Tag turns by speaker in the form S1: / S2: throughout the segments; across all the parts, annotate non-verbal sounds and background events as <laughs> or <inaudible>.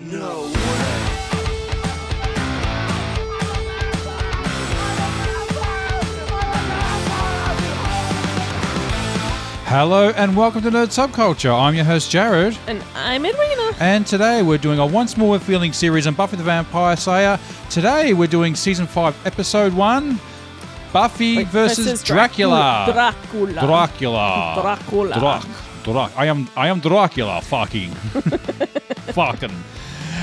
S1: No way.
S2: Hello and welcome to Nerd Subculture. I'm your host Jared,
S3: And I'm Edwina.
S2: and today we're doing a once more feeling series on Buffy the Vampire Slayer. Today we're doing season five, episode one, Buffy versus, Dracula.
S3: Dracula.
S2: Dracula.
S3: Dracula.
S2: Drac. Drac. I am. I am Dracula. <laughs> Fucking. Fucking.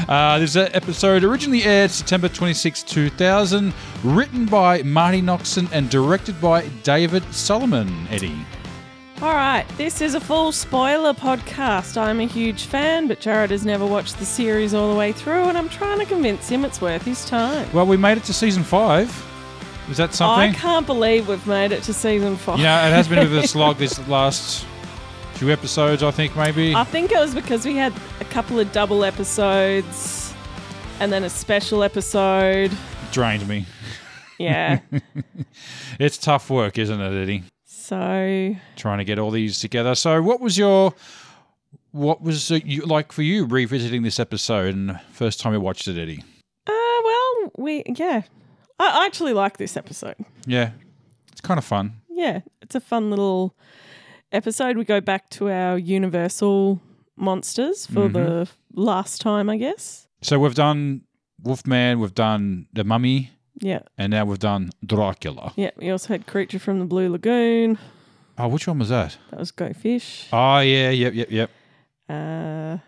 S2: Uh, this episode originally aired September 26, 2000, written by Marty Noxon and directed by David Solomon. Eddie.
S3: All right, this is a full spoiler podcast. I'm a huge fan, but Jared has never watched the series all the way through, and I'm trying to convince him it's worth his time.
S2: Well, we made it to season five. Is that
S3: I
S2: something?
S3: can't believe we've made it to season five.
S2: You know, it has been a bit
S3: <laughs>
S2: of a slog this last few episodes, I think, maybe.
S3: I think it was because we had a couple of double episodes and then a special episode.
S2: Drained me.
S3: <laughs> Yeah.
S2: It's tough work, isn't it, Eddie?
S3: so, uh,
S2: Trying to get all these together. So, what was your. What was it you, like for you revisiting this episode and first time you watched it, Eddie?
S3: uh, well, we, yeah. I I actually like this episode.
S2: Yeah. It's kind of fun.
S3: yeah, it's a fun little episode. We go back to our universal monsters for the
S2: Mm-hmm.
S3: last time, I guess.
S2: So, we've done Wolfman, we've done The Mummy,
S3: Yeah.
S2: and now we've done Dracula.
S3: Yeah. We also had Creature from the Blue Lagoon.
S2: Oh, which one was that?
S3: That was Go Fish.
S2: Oh, yeah, yep, yep, yep.
S3: Uh,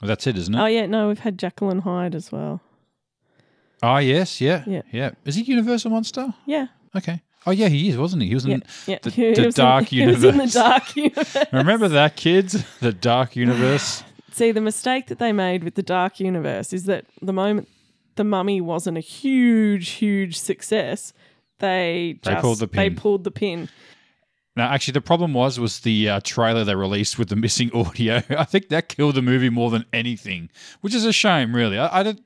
S2: Well, that's it, isn't it?
S3: oh, yeah. No, we've had Jacqueline Hyde as well.
S2: Ah, yes, yeah,
S3: Yeah.
S2: Is he Universal Monster?
S3: Yeah.
S2: Okay. Oh, yeah, he is, wasn't he? He was
S3: Yeah.
S2: in.
S3: yeah.
S2: the-
S3: <laughs> He
S2: the
S3: was in-
S2: dark
S3: he was in the
S2: universe.
S3: dark <laughs> universe.
S2: <laughs> Remember that, kids? <laughs> The Dark Universe.
S3: See, the mistake that they made with the dark universe is that the moment the mummy wasn't a huge, huge success, they
S2: They
S3: just
S2: pulled the
S3: they
S2: pin.
S3: pulled the pin.
S2: now, actually, the problem was was the uh, trailer they released with the missing <laughs> audio. I think that killed the movie more than anything, which is a shame, really. I, I did.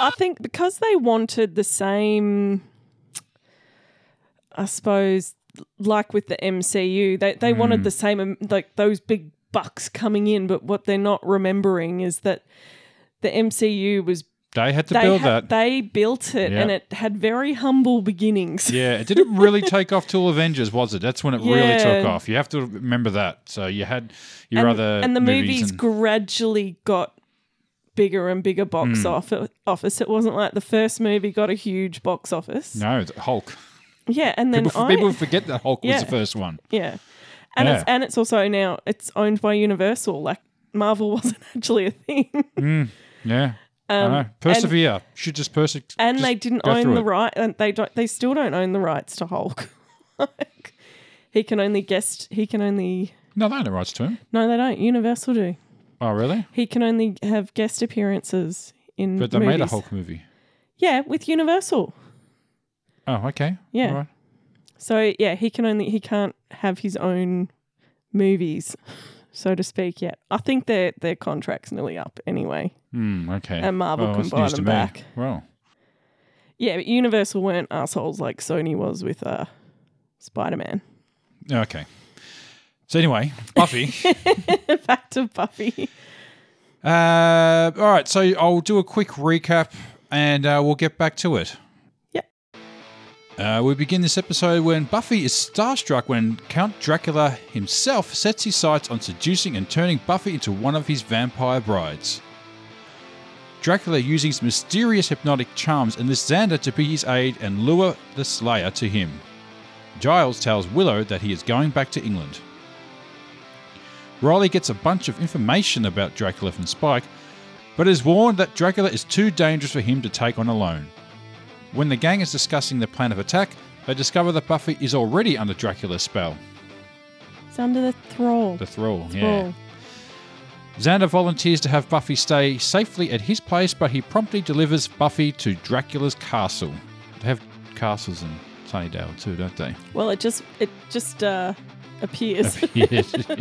S3: I think because they wanted the same, I suppose, like with the MCU, they
S2: Hmm.
S3: they wanted the same um, like those big bucks coming in. But what they're not remembering is that the MCU was
S2: They had to
S3: they
S2: build
S3: ha-
S2: that.
S3: they built it
S2: Yeah.
S3: and it had very humble
S2: <laughs>
S3: beginnings.
S2: yeah, it didn't really take off till Avengers, was it? That's when it really took
S3: Yeah.
S2: off. You have to remember that. So you had your
S3: and,
S2: other
S3: <laughs> and the movies
S2: movies and-
S3: gradually got bigger and bigger box
S2: Hmm.
S3: offi- office. It wasn't like the first movie got a huge box office.
S2: no, the Hulk.
S3: Yeah, and then
S2: People,
S3: I,
S2: people forget that Hulk was
S3: Yeah.
S2: the first one.
S3: Yeah. And it's
S2: Yeah.
S3: and it's also now it's owned by Universal. Like Marvel <laughs> wasn't actually a thing.
S2: Yeah. I know. Persevere. Should just persevere.
S3: Um, And they didn't
S2: go
S3: own
S2: through
S3: the
S2: it.
S3: right and they don't they still don't own the rights to Hulk. <laughs> like he can only guest he can only
S2: No, they own the rights to him.
S3: no they don't. Universal do.
S2: Oh, really?
S3: He can only have guest appearances in
S2: But they
S3: movies.
S2: made a Hulk movie.
S3: Yeah, with Universal.
S2: Oh, okay.
S3: Yeah.
S2: All right.
S3: So yeah, he can only he can't have his own movies, <laughs> so to speak, yet. I think their their contract's nearly up anyway.
S2: Hmm, okay.
S3: And Marvel can
S2: that's
S3: buy
S2: news to
S3: them
S2: me.
S3: back.
S2: Well,
S3: Yeah, but Universal weren't assholes like Sony was with uh, Spider <laughs> Man.
S2: okay. So anyway,
S3: <laughs>
S2: Buffy.
S3: Back to Buffy.
S2: uh, all right. So I'll do a quick recap, and uh, we'll get back to it.
S3: Yep.
S2: Uh, we begin this episode when Buffy is starstruck when Count Dracula himself sets his sights on seducing and turning Buffy into one of his vampire brides. Dracula using his mysterious hypnotic charms enlists Xander to be his aide and lure the Slayer to him. Giles tells Willow that he is going back to England. Riley gets a bunch of information about Dracula from Spike, but is warned that Dracula is too dangerous for him to take on alone. When the gang is discussing the plan of attack, they discover that Buffy is already under Dracula's spell,
S3: It's under the thrall.
S2: the thrall. Yeah.
S3: Thrall.
S2: Xander volunteers to have Buffy stay safely at his place, but he promptly delivers Buffy to Dracula's castle. They have castles in Sunnydale too, don't
S3: <laughs>
S2: they? <laughs>
S3: Well, it just it just uh, appears.
S2: Yes.
S3: <laughs> I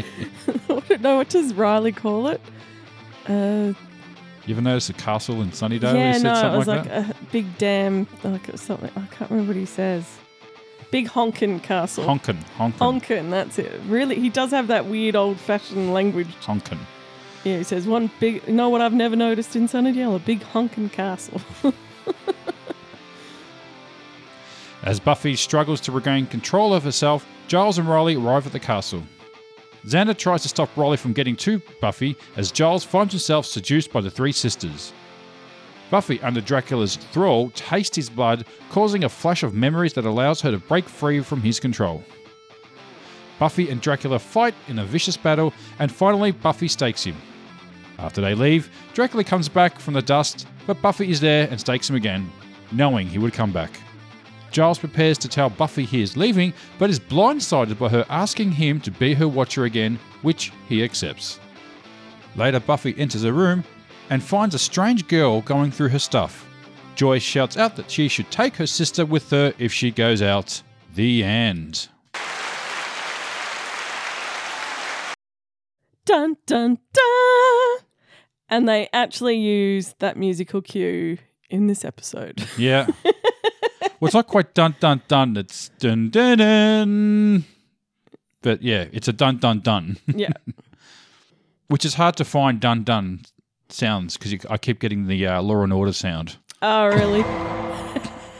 S3: don't know what does Riley call it. Uh,
S2: you ever notice a castle in Sunnydale? He
S3: yeah,
S2: said
S3: no,
S2: something
S3: it was
S2: like
S3: like,
S2: that?
S3: a big damn, like it was something. I can't remember what he says. Big honkin' castle.
S2: Honkin', honkin',
S3: Honkin', that's it. Really, he does have that weird old-fashioned language
S2: honkin'.
S3: Yeah, he says one big. You know what I've never noticed in Sunnydale? A big honking castle.
S2: As Buffy struggles to regain control of herself, Giles and Riley arrive at the castle. Xander tries to stop Riley from getting to Buffy as Giles finds himself seduced by the three sisters. Buffy, under Dracula's thrall, tastes his blood, causing a flash of memories that allows her to break free from his control. Buffy and Dracula fight in a vicious battle, and finally, Buffy stakes him. After they leave, Dracula comes back from the dust, but Buffy is there and stakes him again, knowing he would come back. Giles prepares to tell Buffy he is leaving, but is blindsided by her asking him to be her watcher again, which he accepts. Later, Buffy enters her room and finds a strange girl going through her stuff. Joyce shouts out that she should take her sister with her if she goes out. The end.
S3: dun dun dun. And they actually use that musical cue in
S2: <laughs>
S3: this episode.
S2: Yeah. well, it's not quite dun dun dun. It's dun dun dun. But yeah, it's a dun dun dun,
S3: yeah.
S2: which is hard to find dun dun sounds because I keep getting the uh, Law and Order sound.
S3: Oh, really?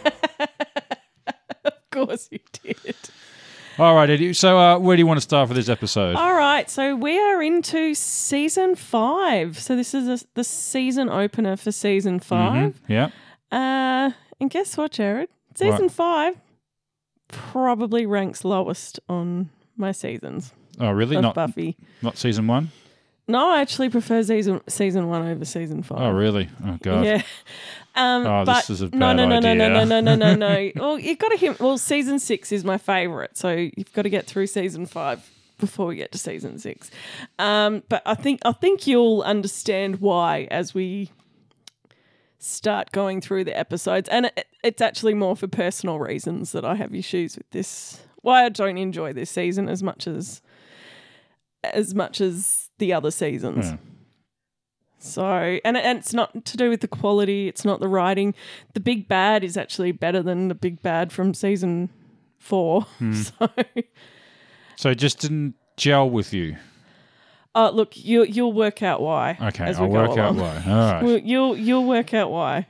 S3: <laughs> of course you did.
S2: All right, Eddie. So uh, where do you want to start for this episode?
S3: All right, so we are into season five. So this is the- the season opener for season
S2: Mm-hmm.
S3: 5
S2: yeah.
S3: Uh, and guess what, Jared? Season
S2: What?
S3: five probably ranks lowest on my seasons
S2: Oh, really?
S3: of
S2: Not
S3: Buffy.
S2: not season one?
S3: No, I actually prefer season season one over season five.
S2: Oh, really? Oh, God.
S3: Yeah. Um,
S2: Oh,
S3: but
S2: this is a
S3: no,
S2: bad
S3: no, no, no, no,
S2: idea.
S3: no, no,
S2: <laughs>
S3: no, no. well, you've got to hear. Well, season six is my favorite, so you've got to get through season five before we get to season six. Um, but I think I think you'll understand why as we start going through the episodes, and it, it's actually more for personal reasons that I have issues with this. Why I don't enjoy this season as much as as much as the other seasons.
S2: Yeah.
S3: So, and, and it's not to do with the quality, it's not the writing. The big bad is actually better than the big bad from season four.
S2: Hmm.
S3: <laughs> So,
S2: So it just didn't gel with you.
S3: uh, look, you, you'll work out why.
S2: Okay,
S3: as we
S2: I'll
S3: go
S2: work out
S3: along.
S2: why. All right.
S3: Well, you'll, you'll work out why.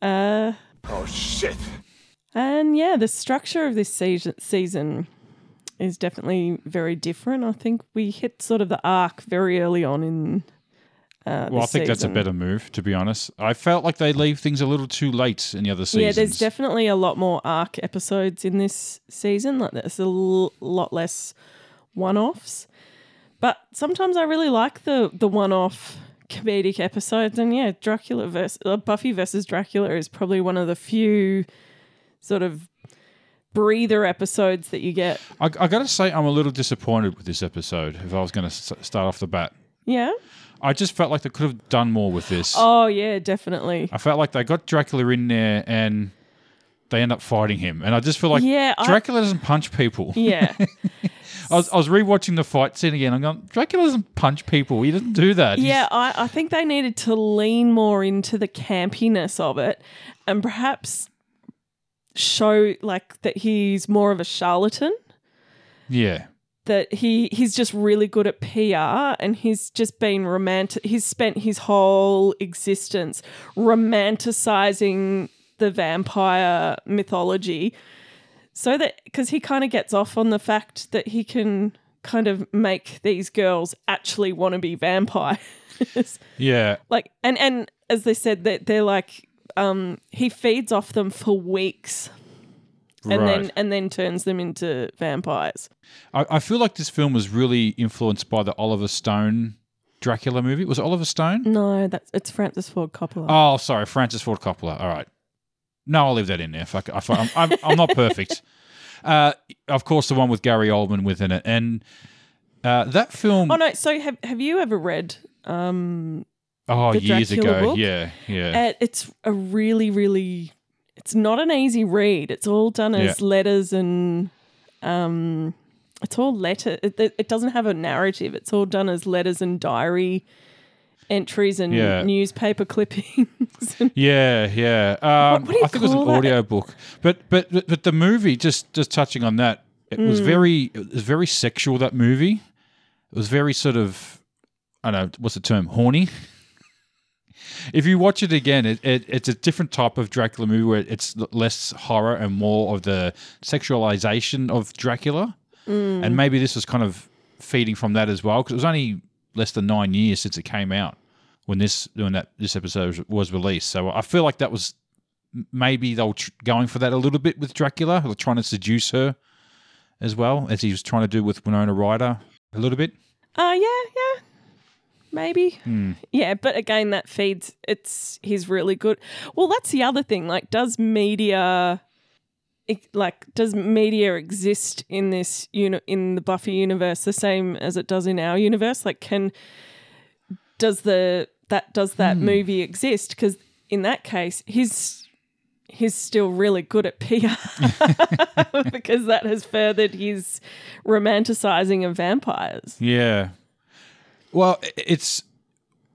S3: Uh,
S1: Oh shit.
S3: and yeah, the structure of this season, season is definitely very different. I think we hit sort of the arc very early on in. Uh,
S2: Well, I
S3: this
S2: think that's a
S3: season.
S2: better move, to be honest. I felt like they leave things a little too late in the other seasons.
S3: Yeah, there's definitely a lot more arc episodes in this season. Like there's a l- lot less one-offs. But sometimes I really like the the one-off comedic episodes and yeah, Dracula versus uh, Buffy versus Dracula is probably one of the few sort of breather episodes that you get.
S2: I, I got to say, I'm a little disappointed with this episode. If I was going to s- start off the bat,
S3: Yeah?
S2: I just felt like they could have done more with this.
S3: Oh
S2: <laughs>
S3: yeah, definitely.
S2: I felt like they got Dracula in there and they end up fighting him, and I just feel like
S3: Yeah, I-
S2: Dracula doesn't punch people.
S3: Yeah.
S2: I was, I was rewatching the fight scene again. I'm going, Dracula doesn't punch people. He doesn't do that. He's-
S3: Yeah, I, I think they needed to lean more into the campiness of it and perhaps show like that he's more of a charlatan,
S2: yeah.
S3: that he he's just really good at PR and he's just been romantic he's spent his whole existence romanticizing the vampire mythology so that because he kind of gets off on the fact that he can kind of make these girls actually want to be vampires <laughs>
S2: Yeah.
S3: like and and as they said that they're like um he feeds off them for weeks and
S2: right.
S3: then and then turns them into vampires
S2: I, I feel like this film was really influenced by the Oliver Stone Dracula movie. Was it Oliver Stone?
S3: no that's it's francis ford coppola
S2: Oh, sorry, Francis Ford Coppola. All right. No, I'll leave that in there. Fuck, I, am I'm, I'm not
S3: <laughs>
S2: perfect. Uh, of course, the one with Gary Oldman within it, and uh, that film.
S3: oh
S2: Oh,
S3: no so have, have you ever read um the
S2: Oh, years
S3: Dracula
S2: ago.
S3: book?
S2: Yeah, yeah.
S3: uh, it's a really really it's not an easy read it's all done as letters and um it's all letter it, it it doesn't have a narrative it's all done as letters and diary entries and
S2: Yeah.
S3: newspaper <laughs> clippings and
S2: Yeah, yeah. Um,
S3: what do you
S2: I think it was an
S3: call that?
S2: audio book, but but but the movie just just touching on that,
S3: Mm.
S2: it was very it was very sexual. That movie, it was very sort of I don't know what's the term horny. if you watch it again, it, it, it's a different type of Dracula movie where it's l- less horror and more of the sexualization of Dracula.
S3: Mm.
S2: And maybe this was kind of feeding from that as well because it was only less than nine years since it came out when this when that this episode was, was released. So I feel like that was m- maybe they were tr- going for that a little bit with Dracula, or trying to seduce her as well as he was trying to do with Winona Ryder a little bit.
S3: Uh yeah, yeah. Maybe. Yeah, but again that feeds it's he's really good. Well, that's the other thing. Like does media it- like does media exist in this uni- in the Buffy universe the same as it does in our universe? Like can does the that does that movie exist cuz in that case he's he's still really good at <laughs> PR <laughs> because that has furthered his romanticizing of vampires.
S2: Yeah. Well, i- it's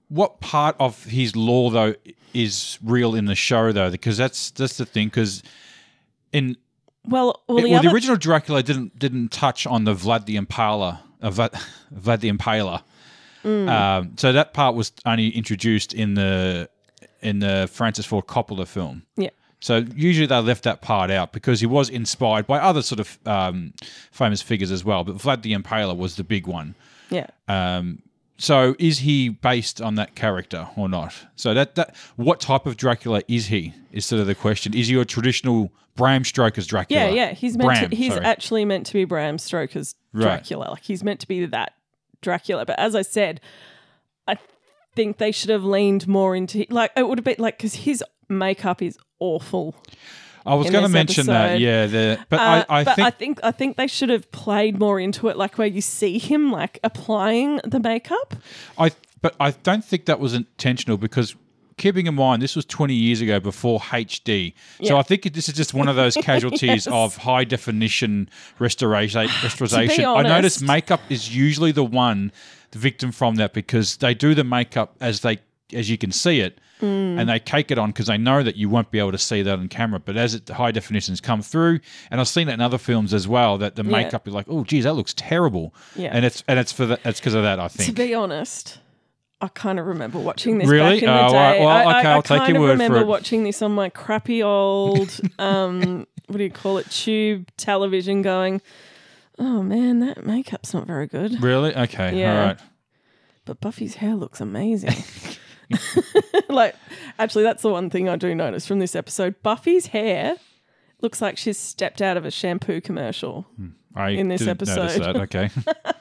S2: what part of his law though is real in the show though, because that's that's the thing. Because in
S3: Well, well, the
S2: well,
S3: other
S2: the original Dracula didn't didn't touch on the Vlad the Impaler, uh, Vlad, <laughs> Vlad the Impaler.
S3: Mm.
S2: Um, so that part was only introduced in the in the Francis Ford Coppola film.
S3: yeah,
S2: So usually they left that part out because he was inspired by other sort of um, famous figures as well. But Vlad the Impaler was the big one.
S3: yeah,
S2: So is he based on that character or not? So that that what type of Dracula is he? Is sort of the question. Is he a traditional Bram Stoker's Dracula?
S3: yeah, yeah. He's meant
S2: Bram,
S3: to, he's
S2: sorry.
S3: actually meant to be Bram Stoker's
S2: Right.
S3: Dracula. Like he's meant to be that Dracula. But as I said, I think they should have leaned more into like it would have been like because his makeup is awful.
S2: I was
S3: in
S2: going to
S3: this
S2: mention that.
S3: episode.
S2: Yeah, the, but
S3: Uh,
S2: I, I
S3: but
S2: think
S3: I think I think they should have played more into it, like where you see him like applying the makeup.
S2: I but I don't think that was intentional because keeping in mind this was 20 years ago before HD. So I think this is just one of
S3: <laughs>
S2: those casualties of high definition
S3: <sighs>
S2: restoration restoration. I noticed
S3: honest-
S2: makeup is usually the one the victim from that because they do the makeup as they as you can see it
S3: Mm.
S2: and they cake it on because they know that you won't be able to see that on camera but as it, the high definitions come through and i've seen that in other films as well that the makeup you're like oh geez that looks terrible
S3: Yeah.
S2: and it's and it's for that it's because of that i think
S3: To be honest, I kind of remember watching this
S2: Really?
S3: back in
S2: Oh,
S3: the day.
S2: well, well,
S3: I,
S2: okay,
S3: I,
S2: I'll take
S3: I kind
S2: your
S3: of
S2: word for
S3: remember
S2: it.
S3: watching this on my
S2: <laughs>
S3: crappy old, um, what do you call it, tube television going, oh man, that makeup's not very good,
S2: Really? Okay.
S3: Yeah.
S2: All right.
S3: but Buffy's hair looks amazing. <laughs> like, actually, that's the one thing I do notice from this episode. Buffy's hair looks like she's stepped out of a shampoo commercial.
S2: I
S3: In this
S2: didn't notice
S3: episode.
S2: that.
S3: <laughs>
S2: Okay.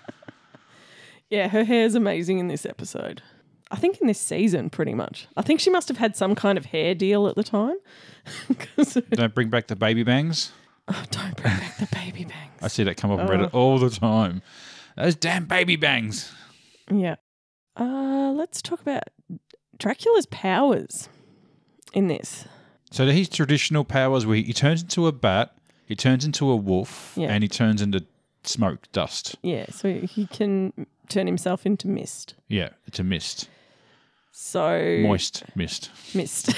S3: Yeah, her hair's amazing in this episode. I think in this season, pretty much. I think she must have had some kind of hair deal at the time. <laughs> 'Cause-
S2: Don't bring back the baby bangs.
S3: oh, <laughs> don't bring back the baby bangs.
S2: I see that come up on
S3: Oh.
S2: Reddit all the time. Those damn baby bangs.
S3: <laughs> Yeah. Uh, let's talk about Dracula's powers in this.
S2: So his traditional powers where he turns into a bat, he turns into a wolf,
S3: Yeah.
S2: and he turns into smoke dust.
S3: Yeah, so he can turn himself into mist.
S2: Yeah, it's a mist.
S3: So
S2: Moist mist.
S3: missed.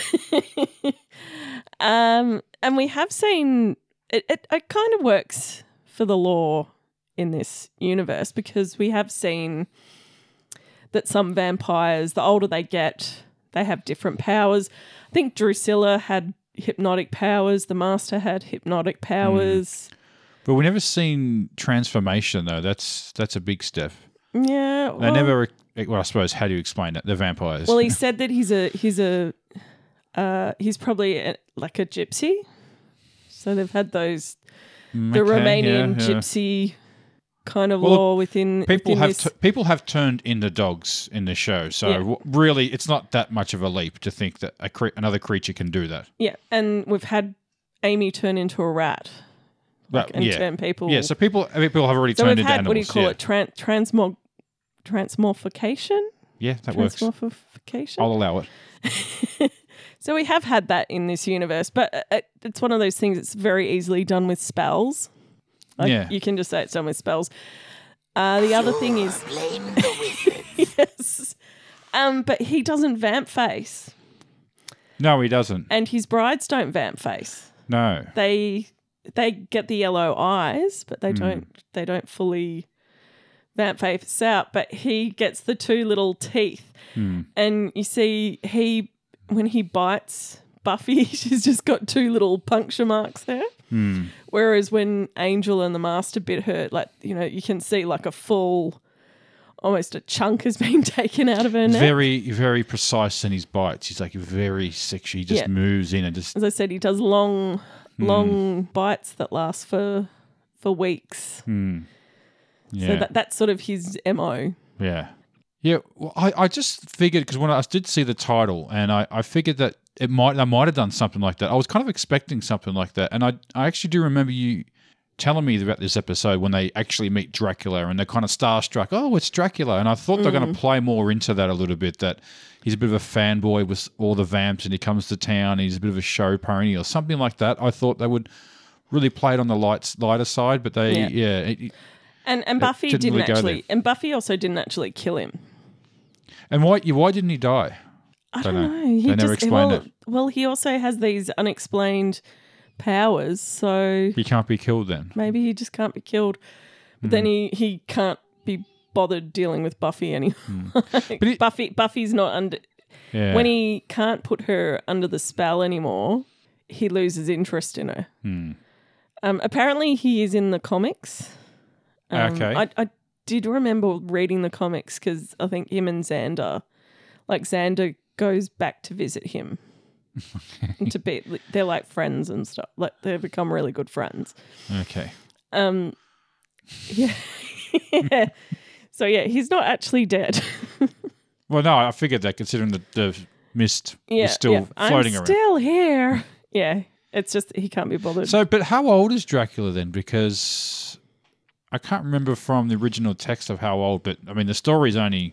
S3: um, and we have seen it, it, it kind of works for the law in this universe because we have seen that some vampires, the older they get, they have different powers. I think Drusilla had hypnotic powers, the master had hypnotic
S2: Hmm.
S3: powers.
S2: But we never seen transformation though. That's that's a big step.
S3: Yeah.
S2: They
S3: well-
S2: never well, I suppose how do you explain that? The vampires.
S3: Well, he said that he's a he's a uh, he's probably a, like a gypsy. So they've had those
S2: Okay,
S3: the Romanian
S2: yeah, yeah.
S3: gypsy kind of
S2: Well,
S3: law within
S2: people
S3: within
S2: have
S3: this.
S2: tu- people have turned into dogs in the show, so
S3: Yeah.
S2: w- really, it's not that much of a leap to think that a cre- another creature can do that.
S3: yeah, and we've had Amy turn into a rat
S2: But,
S3: and
S2: yeah,
S3: turn people.
S2: yeah. So people I mean, people have already
S3: So
S2: turned
S3: we've
S2: into
S3: had
S2: animals.
S3: what do you call
S2: yeah.
S3: it? Tran- transmog transmorphication.
S2: Yeah, that works. Oh,
S3: Transmorphification.
S2: I'll allow it.
S3: So we have had that in this universe, but uh, it- it's one of those things that's very easily done with spells. Like,
S2: Yeah.
S3: You can just say it's done with spells. Uh, the other thing is. <laughs> yes. Um, but he doesn't vamp face,
S2: No, he doesn't.
S3: and his brides don't vamp face.
S2: No,
S3: They they get the yellow eyes, but they don't they don't fully Vamp Face out, but he gets the two little teeth. And you see, he, when he bites Buffy, <laughs> she's just got two little puncture marks there. Whereas when Angel and the Master bit her, like, you know, you can see like a full, almost a chunk has <laughs> been taken out of her neck.
S2: Very, very precise in his bites. He's like very sexy. He just
S3: Yeah.
S2: moves in and just
S3: As I said, he does long, long bites that last for for weeks.
S2: yeah.
S3: So that, that's sort of his MO.
S2: Yeah. Yeah. Well, I, I just figured because when I did see the title and I, I figured that it might I might have done something like that. I was kind of expecting something like that. And I I actually do remember you telling me about this episode when they actually meet Dracula and they're kind of starstruck. Oh, it's Dracula. And I thought they're gonna play more into that a little bit, that he's a bit of a fanboy with all the vamps and he comes to town and he's a bit of a show pony or something like that. I thought they would really play it on the light, lighter side, but they
S3: Yeah.
S2: yeah, it,
S3: And and Buffy
S2: didn't
S3: didn't,
S2: really go
S3: actually and Buffy also didn't actually kill him.
S2: and why why didn't he die?
S3: I
S2: Don't
S3: don't,
S2: know.
S3: know. He
S2: They never explained
S3: well,
S2: it.
S3: well, he also has these unexplained powers, so
S2: He can't be killed then.
S3: maybe he just can't be killed.
S2: Hmm.
S3: But then he he can't be bothered dealing with Buffy anymore.
S2: Hmm.
S3: <laughs>
S2: But it-
S3: Buffy Buffy's not under
S2: Yeah.
S3: when he can't put her under the spell anymore, he loses interest in her.
S2: Hmm.
S3: Um, apparently, he is in the comics. Um,
S2: Okay.
S3: I, I did remember reading the comics because I think him and Xander, like Xander goes back to visit him. And to be, they're like friends and stuff. Like they become really good friends.
S2: Okay.
S3: Um, yeah. <laughs> yeah. So yeah, he's not actually dead. <laughs>
S2: Well, no, I figured that considering the, the mist
S3: yeah,
S2: is still
S3: yeah.
S2: floating
S3: I'm
S2: around.
S3: Still here. yeah, it's just he can't be bothered.
S2: so, but how old is Dracula then? Because I can't remember from the original text of how old, but I mean, the story is only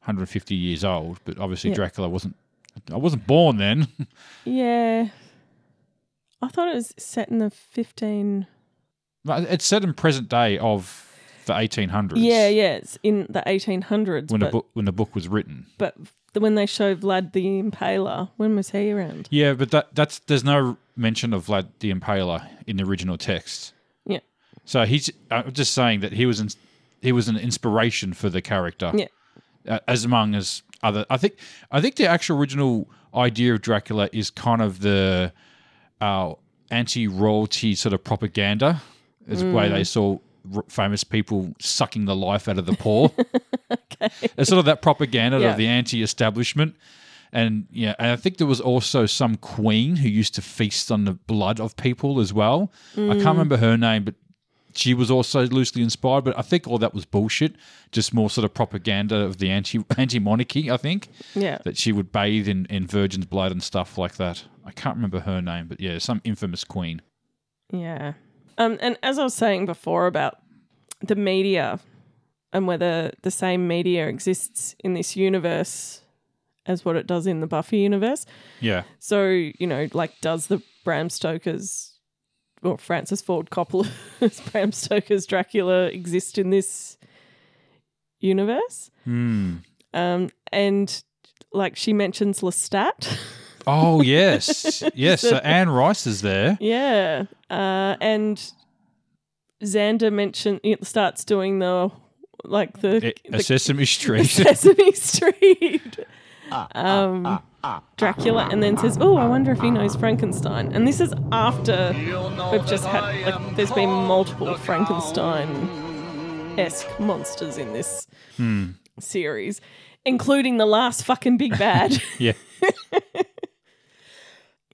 S2: 150 years old, but obviously Dracula wasn't. I wasn't born then. <laughs>
S3: yeah, I thought it was set in the fifteen.
S2: But it's set in present day of the 1800s.
S3: Yeah, yeah, it's in the eighteen hundreds.
S2: When the
S3: But,
S2: book when the book was written.
S3: but the- when they show Vlad the Impaler, when was he around?
S2: Yeah, but that that's there's no mention of Vlad the Impaler in the original text.
S3: Yeah,
S2: So he's. I'm just saying that he was. In, he was an inspiration for the character.
S3: Yeah.
S2: Uh, as among as other, I think. I think the actual original idea of Dracula is kind of the uh, anti-royalty sort of propaganda, is the way they saw r- famous people sucking the life out of the poor. It's sort of that propaganda
S3: Yeah.
S2: of the anti-establishment. And yeah, and I think there was also some queen who used to feast on the blood of people as well. I can't remember her name, but she was also loosely inspired. But I think all that was bullshit, just more sort of propaganda of the anti <laughs> anti monarchy. I think
S3: yeah.
S2: that she would bathe in in virgin's blood and stuff like that. I can't remember her name, but yeah, some infamous queen.
S3: Yeah. Um, and as I was saying before about the media and whether the same media exists in this universe as what it does in the Buffy universe.
S2: Yeah,
S3: So, you know, like, does the Bram Stoker's or Francis Ford Coppola's <laughs> Bram Stoker's Dracula exist in this universe? Um, and like she mentions Lestat. <laughs>
S2: Oh yes, yes. So Anne Rice is there.
S3: Yeah. Uh, and Xander mentioned it starts doing the like the,
S2: It,
S3: the
S2: a Sesame Street.
S3: <laughs>
S2: <laughs>
S3: Sesame Street. Um, Dracula, and then says, "Oh, I wonder if he knows Frankenstein." And this is after we've just had like there's been multiple Frankenstein esque monsters in this series, including the last fucking big bad.
S2: yeah.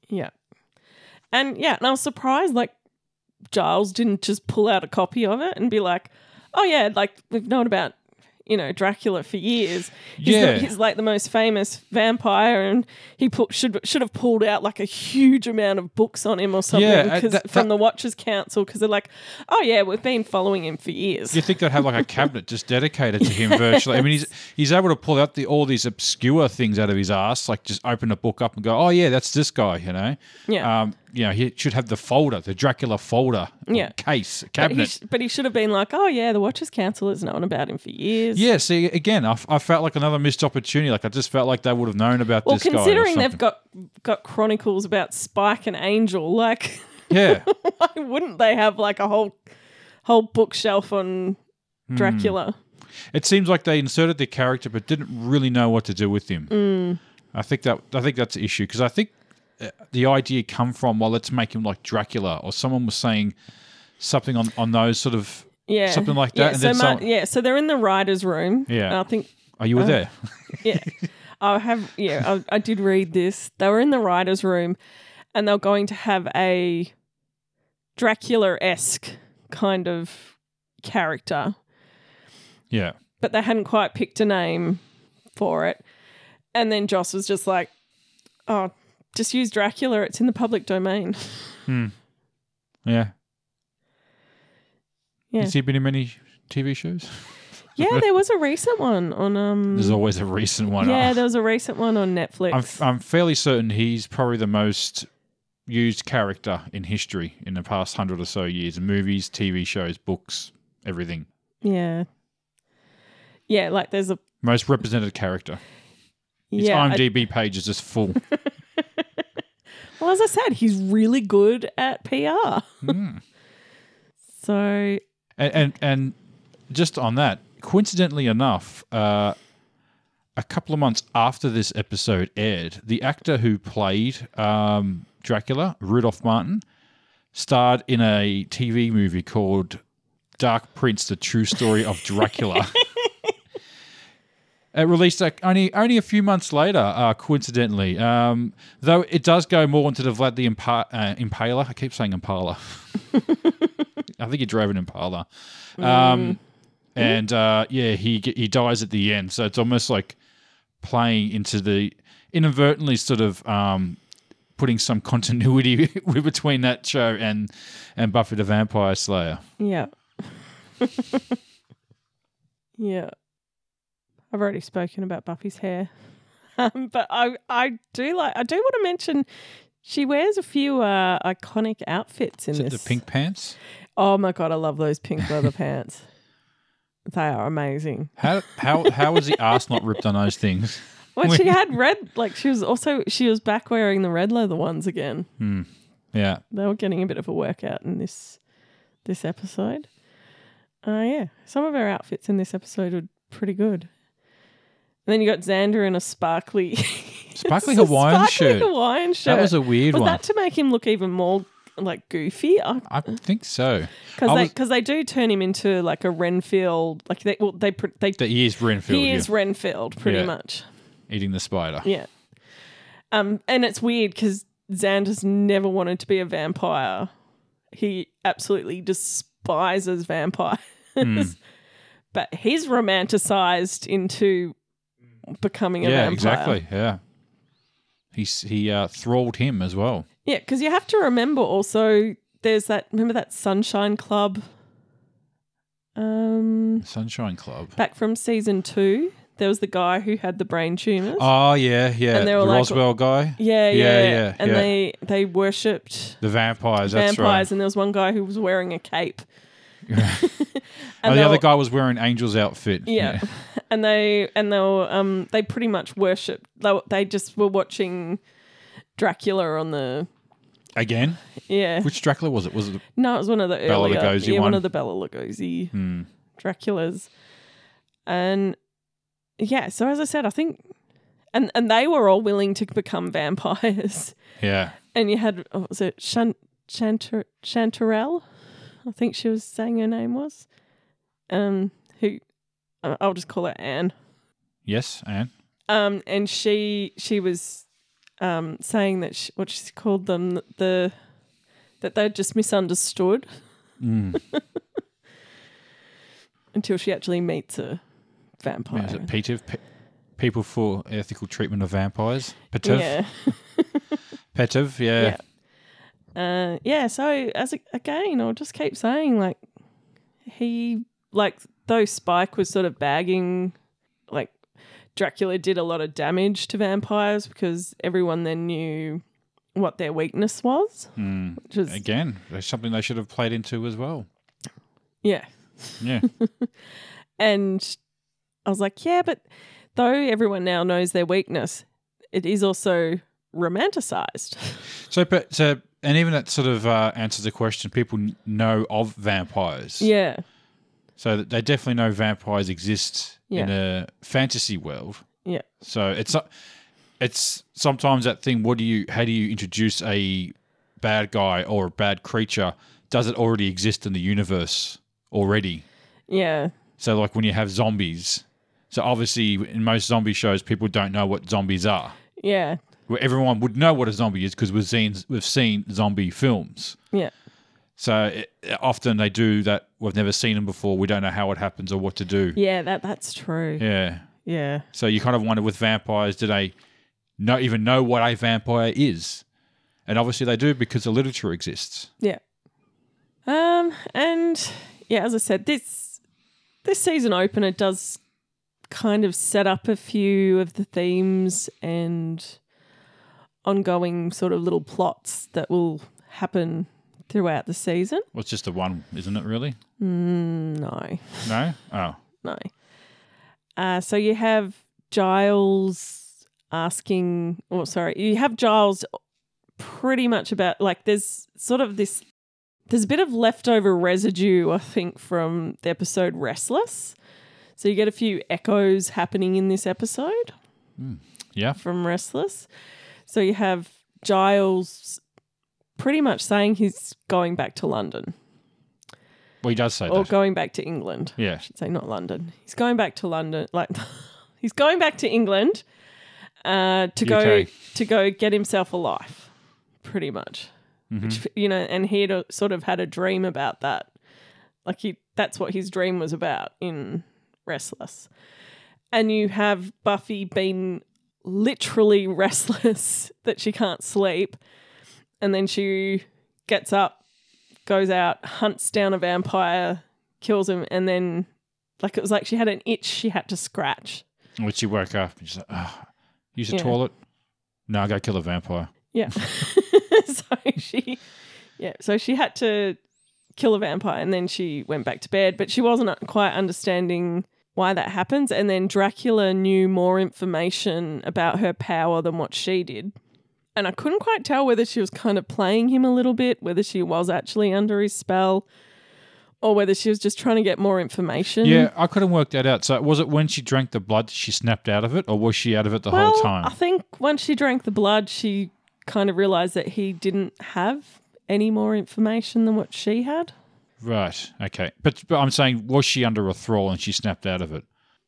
S3: Yeah. And yeah, and I was surprised like Giles didn't just pull out a copy of it and be like, oh yeah, like we've known about, you know, Dracula for years. He's, the-
S2: Yeah.
S3: he's like the most famous vampire and he put, should should have pulled out like a huge amount of books on him or something
S2: Yeah, uh,
S3: 'cause-
S2: that-
S3: from
S2: that-
S3: the Watchers Council because they're like, oh yeah, we've been following him for years.
S2: You think they'd have like a cabinet just dedicated to him virtually? I mean, he's he's able to pull out the, all these obscure things out of his ass, like just open a book up and go, "Oh yeah, that's this guy," you know.
S3: Yeah.
S2: Um, you know, he should have the folder, the Dracula folder, or
S3: Yeah.
S2: case
S3: But he,
S2: cabinet.
S3: sh- but he should have been like, oh yeah, the Watchers Council has known about him for years.
S2: yeah, see, again, I, f- I felt like another missed opportunity. Like I just felt like they would have known about
S3: Well,
S2: this guy. or
S3: considering they've
S2: something.
S3: got got chronicles about Spike and Angel, like <laughs>
S2: yeah, Hmm.
S3: why wouldn't they have like a whole whole bookshelf on Dracula?
S2: <laughs> It seems like they inserted the character but didn't really know what to do with him.
S3: Mm.
S2: I think that I think that's the issue because I think uh, the idea come from well, let's make him like Dracula, or someone was saying something on on those sort of
S3: Yeah,
S2: something like
S3: Yeah,
S2: that, and
S3: so
S2: then
S3: Ma-
S2: someone-
S3: yeah, so they're in the writers' room.
S2: Yeah.
S3: and I think
S2: Are you there? <laughs>
S3: yeah. I have yeah, I, I did read this. They were in the writers' room and they were going to have a Dracula esque kind of character,
S2: yeah.
S3: but they hadn't quite picked a name for it. And then Joss was just like, Oh, just use Dracula, it's in the public domain. <laughs>
S2: Yeah.
S3: Yeah. Mm.
S2: Has he been in many TV shows?
S3: yeah, there was a recent one on um
S2: There's always a recent <laughs> one.
S3: Yeah, there was a recent one on Netflix.
S2: uh, I'm, I'm fairly certain he's probably the most used character in history in the past hundred or so years movies, TV shows, books, everything.
S3: yeah. Yeah, like there's a
S2: Most represented character. His
S3: yeah, I-
S2: IMDb page is just full.
S3: Well, as I said, he's really good at PR.
S2: Mm.
S3: <laughs> So,
S2: and, and and just on that, coincidentally enough, uh, a couple of months after this episode aired, the actor who played um, Dracula, Rudolph Martin, starred in a TV movie called Dark Prince: The True Story of Dracula. It released like, only only a few months later, uh, coincidentally. Um, though it does go more into the Vlad the Impa- uh, Impaler. I keep saying Impala. I think he drove an Impala. Um,
S3: Mm.
S2: And uh, yeah, he ge- he dies at the end. So it's almost like playing into the inadvertently sort of um, putting some continuity <laughs> between that show and and Buffy the Vampire Slayer.
S3: yeah. <laughs> yeah. I've already spoken about Buffy's hair. <laughs> Um, but I I do like I do want to mention she wears a few uh, iconic outfits in
S2: Is it
S3: this.
S2: the pink pants?
S3: Oh my god, I love those pink leather <laughs> pants. They are amazing.
S2: How how how was
S3: <laughs>
S2: the ass not ripped on those things? <laughs>
S3: Well, she had red like she was also she was back wearing the red leather ones again.
S2: Yeah.
S3: they were getting a bit of a workout in this this episode. Uh, yeah, some of her outfits in this episode were pretty good. And then you got Xander in a sparkly, <laughs>
S2: Sparkly
S3: it's a
S2: Hawaiian
S3: sparkly
S2: shirt.
S3: Hawaiian shirt.
S2: That was a weird
S3: Was
S2: one.
S3: that to make him look even more like goofy?
S2: I think so. I
S3: Because they
S2: was-
S3: because they do turn him into like a Renfield. Like they well they pr- they
S2: That he is Renfield
S3: he
S2: yeah,
S3: is Renfield pretty
S2: Yeah.
S3: much.
S2: eating the spider.
S3: Yeah. Um, and it's weird because Xander's never wanted to be a vampire. He absolutely despises vampires,
S2: Hmm.
S3: <laughs> but he's romanticized into becoming a
S2: yeah
S3: vampire.
S2: exactly. Yeah. He's, he uh, thralled him as well.
S3: Yeah, because you have to remember also there's that remember that Sunshine Club. Um,
S2: Sunshine Club.
S3: back from season two, there was the guy who had the brain tumors.
S2: Oh yeah, yeah.
S3: And they
S2: the
S3: were like-
S2: Roswell guy,
S3: yeah, yeah,
S2: yeah, yeah,
S3: and
S2: yeah.
S3: they they worshipped
S2: the vampires. That's right.
S3: vampires,
S2: Oh,
S3: and there was one guy who was wearing
S2: <laughs>
S3: a cape.
S2: And,
S3: they
S2: the other
S3: were-
S2: guy was wearing angel's outfit.
S3: yeah. <laughs> and they and they were, um they pretty much worshipped. They, were- they just were watching Dracula on the
S2: Again,
S3: yeah.
S2: which Dracula was it? Was it?
S3: no, it was one of the
S2: Bela
S3: earlier
S2: Lugosi
S3: yeah, one
S2: one?
S3: of the Bela Lugosi
S2: Hmm.
S3: Draculas, and yeah. So as I said, I think. And, and they were all willing to become <laughs> vampires.
S2: Yeah.
S3: And you had, oh, was it Shan, Chanter, Chanterelle? I think she was saying her name was. Um, who, I- I'll just call her Anne.
S2: Yes, and
S3: Um, and she she was um, saying that she, what she called them the that they just misunderstood
S2: Mm.
S3: <laughs> until she actually meets a vampire.
S2: is it Peter? Pe- People for ethical treatment of vampires. Petiv. Petiv. Yeah.
S3: Yeah. yeah, uh, yeah. So as a, again, I'll just keep saying like he like though Spike was sort of bagging like Dracula did a lot of damage to vampires because everyone then knew what their weakness was,
S2: Mm.
S3: which is
S2: Again, that's something they should have played into as well.
S3: yeah.
S2: Yeah.
S3: And I was like, yeah, but though everyone now knows their weakness, it is also romanticized.
S2: so, but so, and even that sort of uh, answers the question. People kn- know of vampires.
S3: yeah.
S2: So that they definitely know vampires exist in a fantasy world.
S3: <laughs> Yeah.
S2: So it's not- it's sometimes that thing. What do you? How do you introduce a bad guy or a bad creature? Does it already exist in the universe already?
S3: Yeah.
S2: So like when you have zombies. So obviously in most zombie shows, people don't know what zombies are.
S3: Yeah.
S2: Where everyone would know what a zombie is because we've seen we've seen zombie films.
S3: Yeah.
S2: So it, often they do that. We've never seen them before. We don't know how it happens or what to do.
S3: Yeah, that that's true.
S2: yeah.
S3: Yeah.
S2: So you kind of wonder with vampires, do they not even know what a vampire is? And obviously they do because the literature exists.
S3: Yeah. Um, and yeah, as I said, this this season opener does kind of set up a few of the themes and ongoing sort of little plots that will happen throughout the season.
S2: Well, it's just the one, isn't it? Really?
S3: No,
S2: No. Oh,
S3: no. Uh, so you have Giles asking, oh, sorry, you have Giles pretty much about like there's sort of this there's a bit of leftover residue, I think, from the episode Restless. So you get a few echoes happening in this episode
S2: yeah.
S3: from Restless. So you have Giles pretty much saying he's going back to London
S2: Well, he does say
S3: or
S2: that.
S3: going back to England.
S2: yeah.
S3: should say not London. He's going back to London. Like <laughs> he's going back to England uh, to go
S2: UK.
S3: to go get himself a life, pretty much. Which you know, and he would sort of had a dream about that. Like he, that's what his dream was about in Restless. And you have Buffy been literally <laughs> restless that she can't sleep, and then she gets up, goes out, hunts down a vampire, kills him, and then like it was like she had an itch she had to scratch.
S2: Which you woke up and she's like, oh, use the
S3: Yeah.
S2: toilet. No, I go kill a vampire.
S3: Yeah. <laughs> so she Yeah, so she had to kill a vampire and then she went back to bed, but she wasn't quite understanding why that happens and then Dracula knew more information about her power than what she did. And I couldn't quite tell whether she was kind of playing him a little bit, whether she was actually under his spell or whether she was just trying to get more information.
S2: Yeah, I couldn't work that out. So was it when she drank the blood she snapped out of it, or was she out of it the whole
S3: I
S2: time?
S3: think once she drank the blood, she kind of realized that he didn't have any more information than what she had.
S2: Right. Okay. But, but I'm saying, was she under a thrall and she snapped out of it?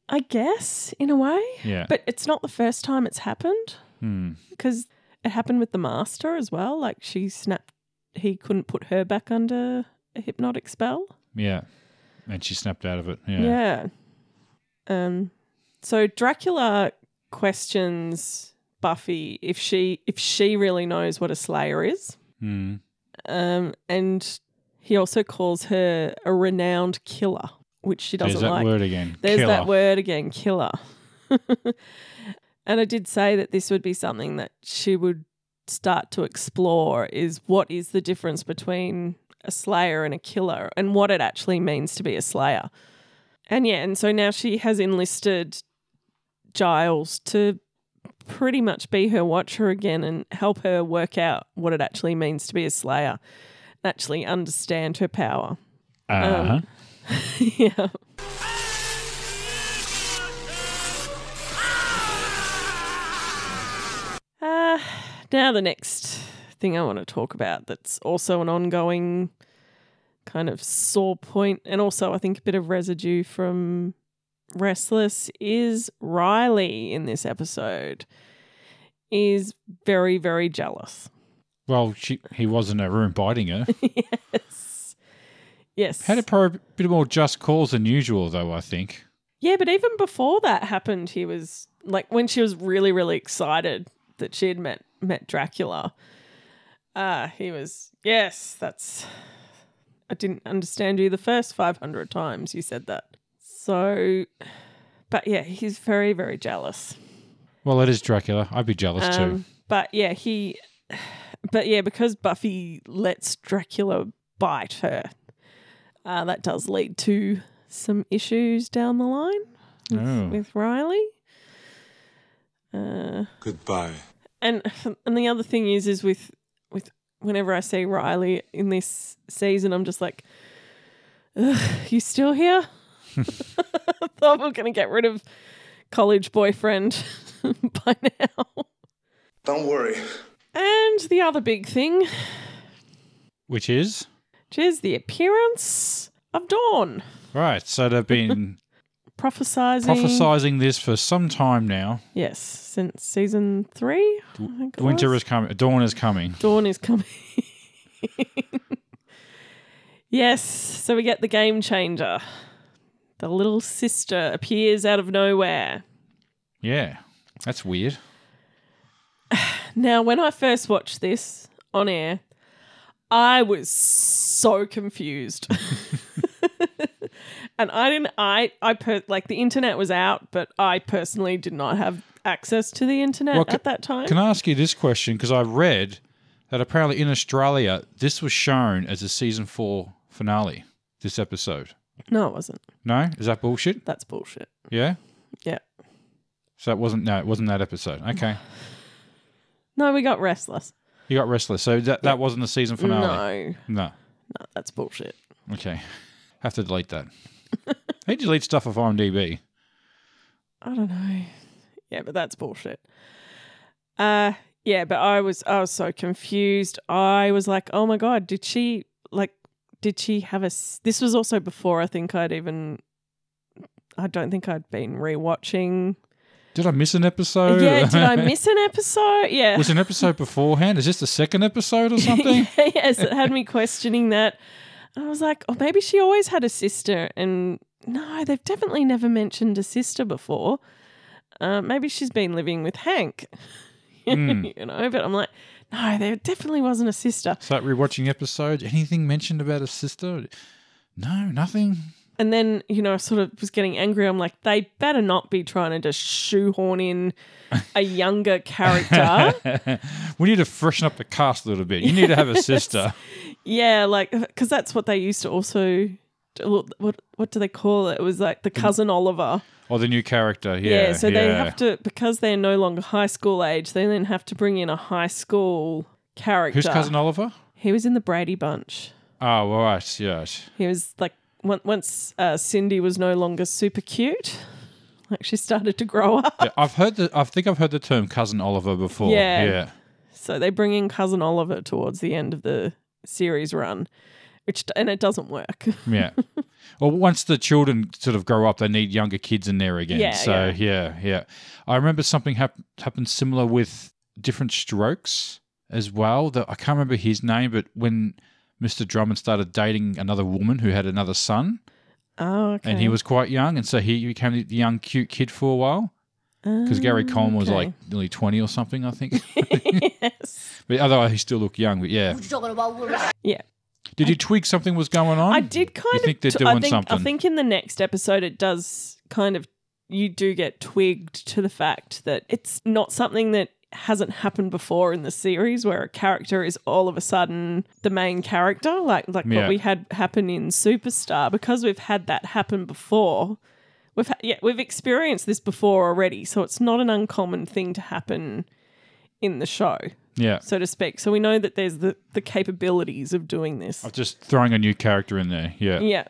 S3: I guess, in a way.
S2: Yeah.
S3: But it's not the first time it's happened
S2: Hmm.
S3: because it happened with the master as well. Like she snapped, he couldn't put her back under a hypnotic spell.
S2: Yeah. And she snapped out of it. Yeah.
S3: Yeah. Um so Dracula questions Buffy if she if she really knows what a slayer is.
S2: Hmm.
S3: Um and he also calls her a renowned killer, which she doesn't
S2: There's that
S3: like.
S2: word again.
S3: There's
S2: Killer.
S3: that word again, killer. <laughs> and I did say that this would be something that she would start to explore is what is the difference between a slayer and a killer and what it actually means to be a slayer. And yeah, and so now she has enlisted Giles to pretty much be her watcher again and help her work out what it actually means to be a slayer, and actually understand her power. <laughs> um,
S2: Uh-huh.
S3: yeah. Uh, now, the next thing I want to talk about that's also an ongoing kind of sore point, and also I think a bit of residue from Restless, is Riley in this episode is very, very jealous. <laughs>
S2: well, she, he was in her room biting her.
S3: yes. Yes.
S2: Had a pro- bit more just calls than usual, though, I think.
S3: Yeah, but even before that happened, he was like when she was really, really excited that she had met met Dracula. Ah, he was yes, that's. I didn't understand you the first five hundred times you said that. So, but yeah, he's very, very jealous.
S2: Well, it is Dracula. I'd be jealous too.
S3: Um, but yeah, he, but yeah, because Buffy lets Dracula bite her, uh, that does lead to some issues down the line with,
S2: Oh.
S3: with Riley. Uh,
S1: Goodbye.
S3: and <laughs> and the other thing is is with with whenever I see Riley in this season, I'm just like, Ugh, you still here? <laughs> thought we were going to get rid of college boyfriend <laughs> by now.
S1: Don't worry.
S3: And the other big thing,
S2: Which is
S3: which is the appearance of Dawn.
S2: right. So they've
S3: <laughs>
S2: been
S3: Prophesizing.
S2: prophesizing this for some time now.
S3: Yes, since season three. I think it
S2: Winter
S3: was.
S2: is coming. Dawn is coming.
S3: Dawn is coming. yes, so we get the game changer. The little sister appears out of nowhere.
S2: Yeah, that's weird.
S3: Now, when I first watched this on air, I was so confused. <laughs> and I didn't I I per, like the internet was out, but I personally did not have access to the internet
S2: Well, ca-
S3: at that time.
S2: Can I ask you this question? Because I read that apparently in Australia this was shown as a season four finale. This episode.
S3: no, it wasn't.
S2: No, is that bullshit?
S3: That's bullshit.
S2: Yeah.
S3: Yeah.
S2: So it wasn't. No, it wasn't that episode. Okay.
S3: No, we got restless.
S2: You got restless. So that, that wasn't the season finale. No.
S3: No, no, that's bullshit.
S2: Okay. Have to delete that. <laughs> I need to delete stuff off IMDb.
S3: I don't know. Yeah, but that's bullshit. Uh yeah, but I was I was so confused. I was like, "Oh my god, did she like did she have a s- This was also before I think I'd even I don't think I'd been rewatching.
S2: Did I miss an episode?
S3: Yeah,
S2: <laughs>
S3: did I miss an episode? Yeah.
S2: Oh. Was an episode beforehand? Is this the second episode or
S3: <laughs>
S2: something?
S3: yes, it had me questioning that. And I was like, "Oh, maybe she always had a sister." And no, they've definitely never mentioned a sister before. Uh, maybe she's been living with Hank. <laughs>
S2: Mm.
S3: you know. But I'm like, no, there definitely wasn't a sister.
S2: Start rewatching episodes. Anything mentioned about a sister? No, nothing.
S3: And then, you know, I sort of was getting angry. I'm like, they better not be trying to just shoehorn in a younger character.
S2: we need to freshen up the cast a little bit. You need to
S3: <laughs>
S2: have a sister.
S3: yeah, like, because that's what they used to also. What what do they call it? It was like the cousin Oliver.
S2: Or the new character. Yeah.
S3: Yeah, so they
S2: yeah.
S3: have to because they're no longer high school age. They then have to bring in a high school character.
S2: Who's cousin Oliver?
S3: He was in the Brady Bunch.
S2: Oh, right. Yes.
S3: He was like, on- once uh, Cindy was no longer super cute, like she started to grow up. <laughs>
S2: Yeah, I've heard the. I think I've heard the term cousin Oliver before.
S3: Uh, Yeah.
S2: Yeah.
S3: So they bring in cousin Oliver towards the end of the series run, which and it doesn't work. <laughs>
S2: Yeah. well, once the children sort of grow up, they need younger kids in there again.
S3: Yeah,
S2: so yeah, yeah. I remember something hap- happened similar with different strokes as well. That I can't remember his name, but when Mr. Drummond started dating another woman who had another son,
S3: Oh, okay.
S2: and he was quite young, and so he became the young cute kid for a while because Gary
S3: Mm,
S2: Coleman was like nearly twenty or something, I
S3: <laughs>
S2: think.
S3: yes.
S2: but otherwise, he still looked young. But yeah,
S3: Yeah.
S2: did you twig something was going on?
S3: I did kind
S2: you
S3: of
S2: think they're
S3: t-
S2: doing
S3: I think,
S2: something?
S3: I think in the next episode it does kind of you do get twigged to the fact that it's not something that hasn't happened before in the series where a character is all of a sudden the main character like like
S2: Yeah.
S3: what we had happen in Superstar because we've had that happen before we've ha- yeah we've experienced this before already so it's not an uncommon thing to happen in the show
S2: yeah.
S3: so to speak so we know that there's the the capabilities of doing this
S2: I'm Just throwing a new character in there. Yeah.
S3: yeah.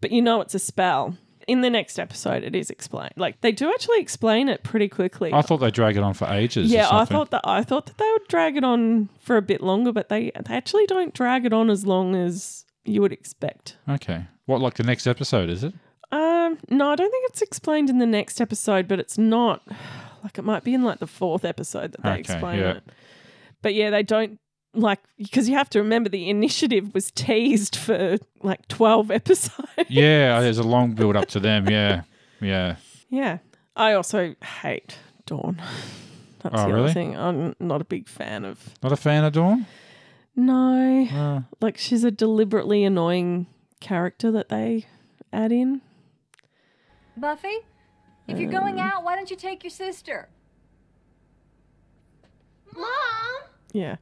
S3: But you know it's a spell. In the next episode, it is explained. Like they do actually explain it pretty quickly.
S2: I thought they drag it on for ages. or
S3: yeah, I
S2: something.
S3: thought that I thought that they would drag it on for a bit longer, but they, they actually don't drag it on as long as you would expect.
S2: Okay. What, like the next episode, is it?
S3: Um, no, I don't think it's explained in the next episode, but it's not. <sighs> Like it might be in like the fourth episode that they
S2: Okay,
S3: explain
S2: yeah.
S3: it. But yeah, they don't like because you have to remember the initiative was teased for like twelve <laughs> episodes.
S2: Yeah, there's a long build up to them. Yeah. Yeah.
S3: Yeah. I also hate Dawn. That's
S2: Oh,
S3: the
S2: really?
S3: other thing. I'm not a big fan of.
S2: Not a fan of Dawn?
S3: No.
S2: Uh,
S3: Like, she's a deliberately annoying character that they add in.
S4: Buffy, if you're going out, why don't you take your sister? Mom!
S3: Yeah.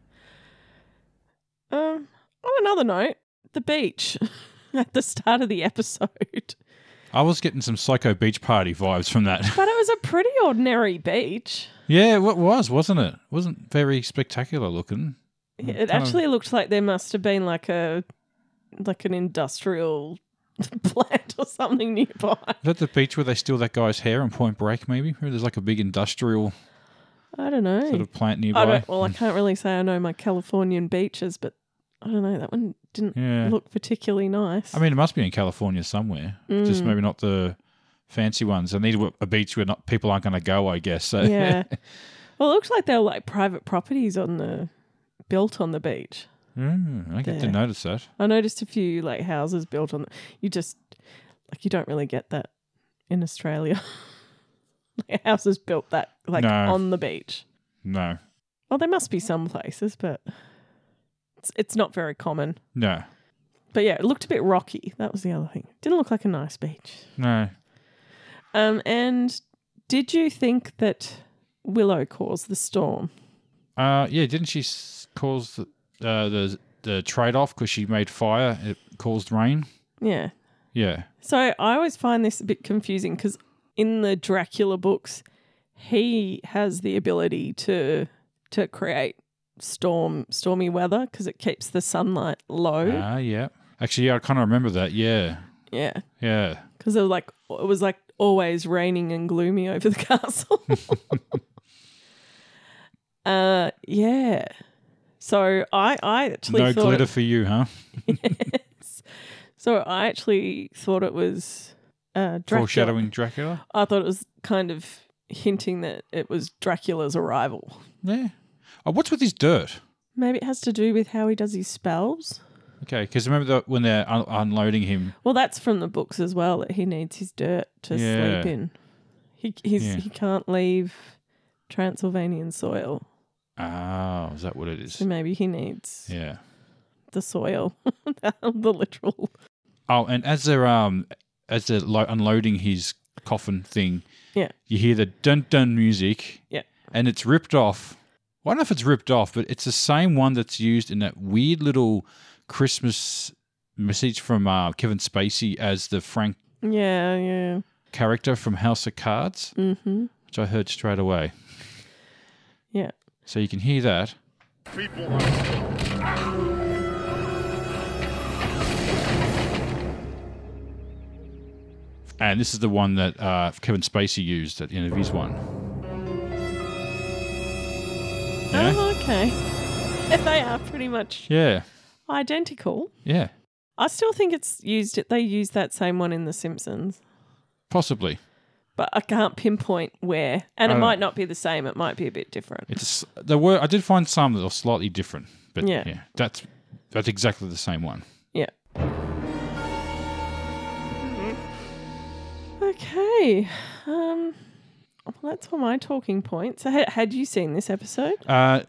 S3: Um, on another note, the beach <laughs> at the start of the episode. But
S2: I was getting some Psycho Beach Party vibes from that. <laughs>
S3: it was a pretty ordinary beach.
S2: yeah, what was, wasn't it? wasn't very spectacular looking.
S3: It actually looked like there must have been like a like an industrial <laughs> plant or something nearby.
S2: Is that the beach where they steal that guy's hair on Point Break? Maybe Or there's like a big industrial
S3: I don't know.
S2: sort of plant
S3: I
S2: nearby.
S3: don't. Well, I can't really say I know my Californian beaches, but I don't know. That one didn't
S2: Yeah.
S3: look particularly nice.
S2: I mean, it must be in California somewhere,
S3: Mm.
S2: just maybe not the fancy ones. And these were a beach where not people aren't going to go, I guess. So <laughs>
S3: yeah. Well, it looks like they were like private properties on the built on the beach.
S2: Mm, I
S3: There.
S2: didn't notice that.
S3: I noticed a few like houses built on. The, you just like you don't really get that in Australia. <laughs> like, houses built that like
S2: No.
S3: on the beach.
S2: No,
S3: Well, there must be some places, but it's it's not very common.
S2: no,
S3: But yeah, it looked a bit rocky. That was the other thing. Didn't look like a nice beach.
S2: no.
S3: Um, and did you think that Willow caused the storm?
S2: Uh, yeah, didn't she s- cause the uh, the, the trade off because she made fire? It caused rain.
S3: Yeah.
S2: Yeah,
S3: So I always find this a bit confusing because in the Dracula books, he has the ability to to create storm stormy weather because it keeps the sunlight low.
S2: ah, yeah. Actually, yeah, I kind of remember that. Yeah,
S3: Yeah,
S2: yeah.
S3: because it was like it was like always raining and gloomy over
S2: <laughs>
S3: the <laughs> castle. uh, yeah. So I I actually
S2: no
S3: thought
S2: glitter for you, huh?
S3: so I actually thought it was uh, Dracula.
S2: Foreshadowing Dracula.
S3: I thought it was kind of hinting that it was Dracula's arrival.
S2: Yeah. Oh, what's with his dirt?
S3: Maybe it has to do with how he does his spells.
S2: Okay, because remember that when they're un- unloading him,
S3: Well, that's from the books as well that he needs his dirt to
S2: Yeah.
S3: sleep in. He he's,
S2: Yeah.
S3: he can't leave Transylvanian soil,
S2: Oh, is that what it is?
S3: so maybe he needs
S2: Yeah.
S3: the soil, <laughs> the literal.
S2: Oh, and as they're um as they're lo- unloading his coffin thing,
S3: Yeah.
S2: you hear the dun dun music.
S3: Yeah.
S2: And it's ripped off. Well, I don't know if it's ripped off, but it's the same one that's used in that weird little Christmas message from uh, Kevin Spacey as the Frank
S3: Yeah, yeah.
S2: character from House of Cards,
S3: Mm-hmm.
S2: which I heard straight away.
S3: Yeah.
S2: So you can hear that. And this is the one that uh, Kevin Spacey used at the end of his one. Yeah,
S3: Oh, okay. <laughs> they are pretty much
S2: yeah,
S3: identical.
S2: yeah.
S3: I still think it's used. They use that same one in The Simpsons.
S2: Possibly.
S3: but I can't pinpoint where. And
S2: I
S3: it
S2: don't-
S3: might not be the same. It might be a bit different.
S2: Oh. It's there were I did find some that were slightly different, but
S3: Yeah.
S2: yeah, that's that's exactly the same one.
S3: Yeah. Okay. Um, well, that's all my talking points. Ha- Had you seen this episode?
S2: Uh,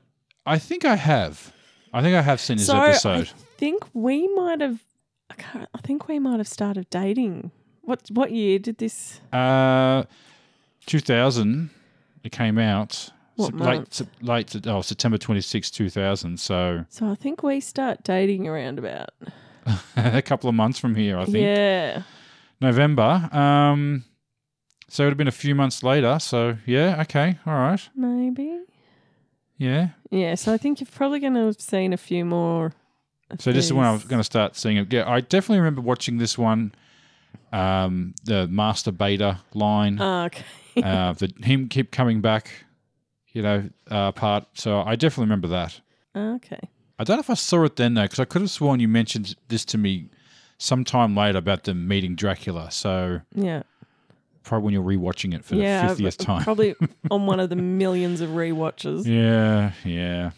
S2: I think I have. I think I have seen this
S3: so
S2: episode.
S3: I think we might have. I, can't, I think we might have started dating. What what year did this?
S2: Uh, 2000, it came out.
S3: What
S2: Sep-
S3: month?
S2: Late, sep- late, Sep- oh, September 26, 2000. So <laughs>
S3: So I think we start dating around about.
S2: a couple of months from here, I think.
S3: Yeah.
S2: November. Um, so it would have been a few months later. So yeah, okay, all right,
S3: Maybe.
S2: yeah.
S3: Yeah. So I think you're probably going to have seen a few more. of
S2: So this is when I was
S3: these.
S2: going to start seeing it. Yeah, I definitely remember watching this one, um, the master beta line.
S3: Ah, okay.
S2: <laughs> uh, the him keep coming back, you know, uh, part. So I definitely remember that.
S3: <laughs> Okay.
S2: I don't know if I saw it then though, because I could have sworn you mentioned this to me sometime later about them meeting Dracula. So
S3: Yeah.
S2: probably when you're rewatching it for
S3: yeah.
S2: the fiftieth
S3: but
S2: time. <laughs>
S3: Probably on one of the millions of rewatches.
S2: yeah, yeah.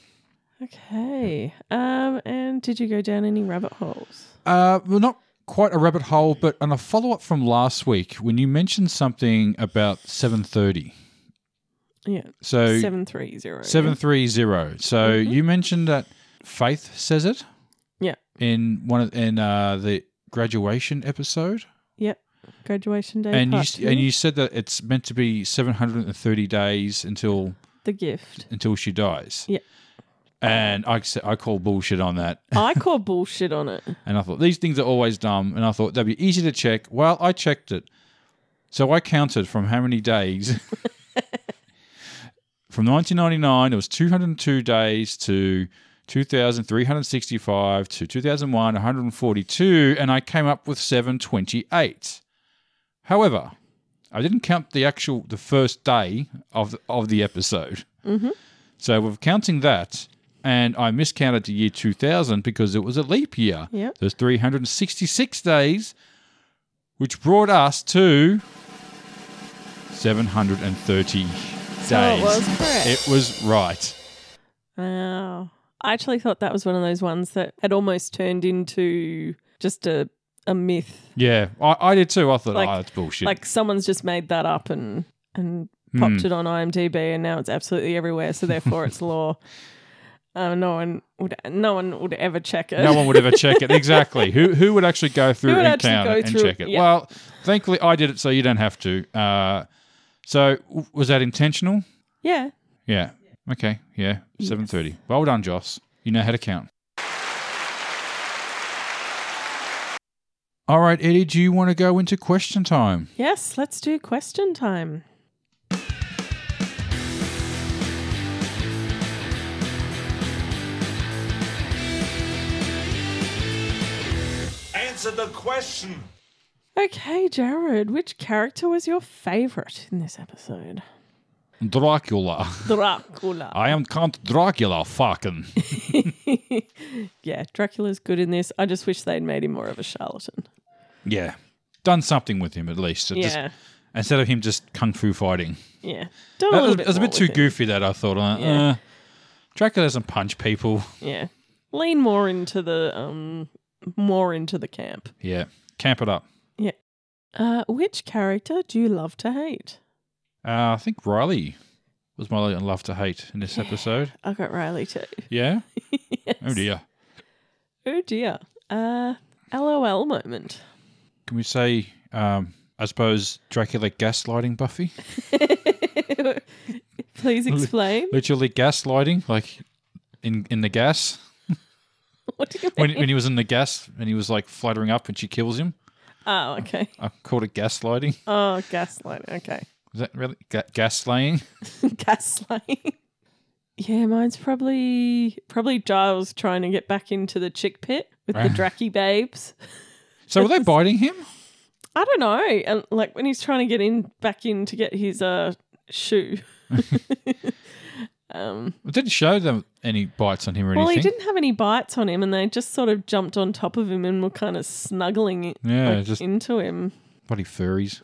S3: Okay. Um, and did you go down any rabbit holes?
S2: Uh, well, not quite a rabbit hole, but on a follow up from last week when you mentioned something about seven thirty.
S3: Yeah.
S2: So
S3: seven three zero.
S2: seven three zero. So you mentioned that Faith says it.
S3: Yeah.
S2: in one of in uh, the graduation episode,
S3: Yep. Graduation day.
S2: and you
S3: part
S2: s-
S3: two.
S2: and you said that it's meant to be seven hundred and thirty days until
S3: the gift.
S2: until she dies.
S3: Yeah.
S2: And I s- I call bullshit on that,
S3: I call bullshit
S2: <laughs>
S3: on it.
S2: and I thought these things are always dumb, and I thought that'd be easy to check. Well, I checked it, so I counted from how many days. From 1999, it was 202 days to 2,365 to 2001, 142, and I came up with 728. However, I didn't count the actual the first day of the, of the episode. Mm-hmm. So we're counting that, and I miscounted the year 2000 because it was a leap year.
S3: Yep.
S2: There's 366 days, which brought us to 730 days.
S3: So Oh, it was correct.
S2: It was right.
S3: Wow. I actually thought that was one of those ones that had almost turned into just a a myth.
S2: Yeah, I, I did too. I thought,
S3: Like-
S2: oh, that's bullshit.
S3: Like someone's just made that up and and popped
S2: Hmm.
S3: it on IMDb, and now it's absolutely everywhere. So therefore,
S2: <laughs>
S3: it's law. Uh, no one would no one would ever check it.
S2: no one would ever check it. Exactly. Who who would actually go through
S3: uh, <laughs> Who would
S2: and
S3: actually
S2: count
S3: go
S2: it and
S3: through-
S2: check it?
S3: yeah.
S2: Well, thankfully, I did it, so you don't have to. Uh, so w- was that intentional?
S3: yeah.
S2: Yeah. Okay. Yeah. Seven thirty. Well done, Joss. You know how to count. All right, Eddie. Do you want to go into question time?
S3: Yes. Let's do question time.
S1: Answer the question.
S3: Okay, Jared. Which character was your favorite in this episode?
S2: Dracula.
S3: Dracula.
S2: I am Count Dracula. Fucking.
S3: yeah, Dracula's good in this. I just wish they'd made him more of a charlatan.
S2: yeah. Done something with him at least. It just-
S3: Yeah.
S2: instead of him just kung fu fighting.
S3: Yeah. Done
S2: That
S3: a little
S2: was,
S3: bit
S2: that was a
S3: more
S2: bit too
S3: with it.
S2: goofy. That I thought. Like,
S3: Yeah.
S2: uh, Dracula doesn't punch people.
S3: Yeah. Lean more into the um more into the camp.
S2: Yeah, camp it up.
S3: Uh which character do you love to hate?
S2: Uh, I think Riley was my love to hate in this episode.
S3: I got Riley too.
S2: Yeah.
S3: <laughs> Yes.
S2: Oh dear.
S3: Oh dear. Uh LOL moment.
S2: Can we say? Um, I suppose Dracula gaslighting Buffy. <laughs>
S3: Please explain. <laughs>
S2: Literally gaslighting, like in in the gas.
S3: What do you mean?
S2: When when he was in the gas and he was like fluttering up and she kills him.
S3: Oh, okay.
S2: I called it gaslighting.
S3: Oh, gaslighting. Okay. <laughs>
S2: Is that really ga- gaslaying?
S3: gaslighting. Yeah, mine's probably probably Giles trying to get back into the chick pit
S2: <laughs>
S3: with the Dracky babes.
S2: So were they biting him?
S3: I don't know. And like when he's trying to get in back in to get his uh shoe. um,
S2: It didn't show them any bites on him or
S3: well, he
S2: anything.
S3: didn't have any bites on him, and they just sort of jumped on top of him and were kind of snuggling
S2: Yeah,
S3: like,
S2: just-
S3: into him.
S2: Bloody furries.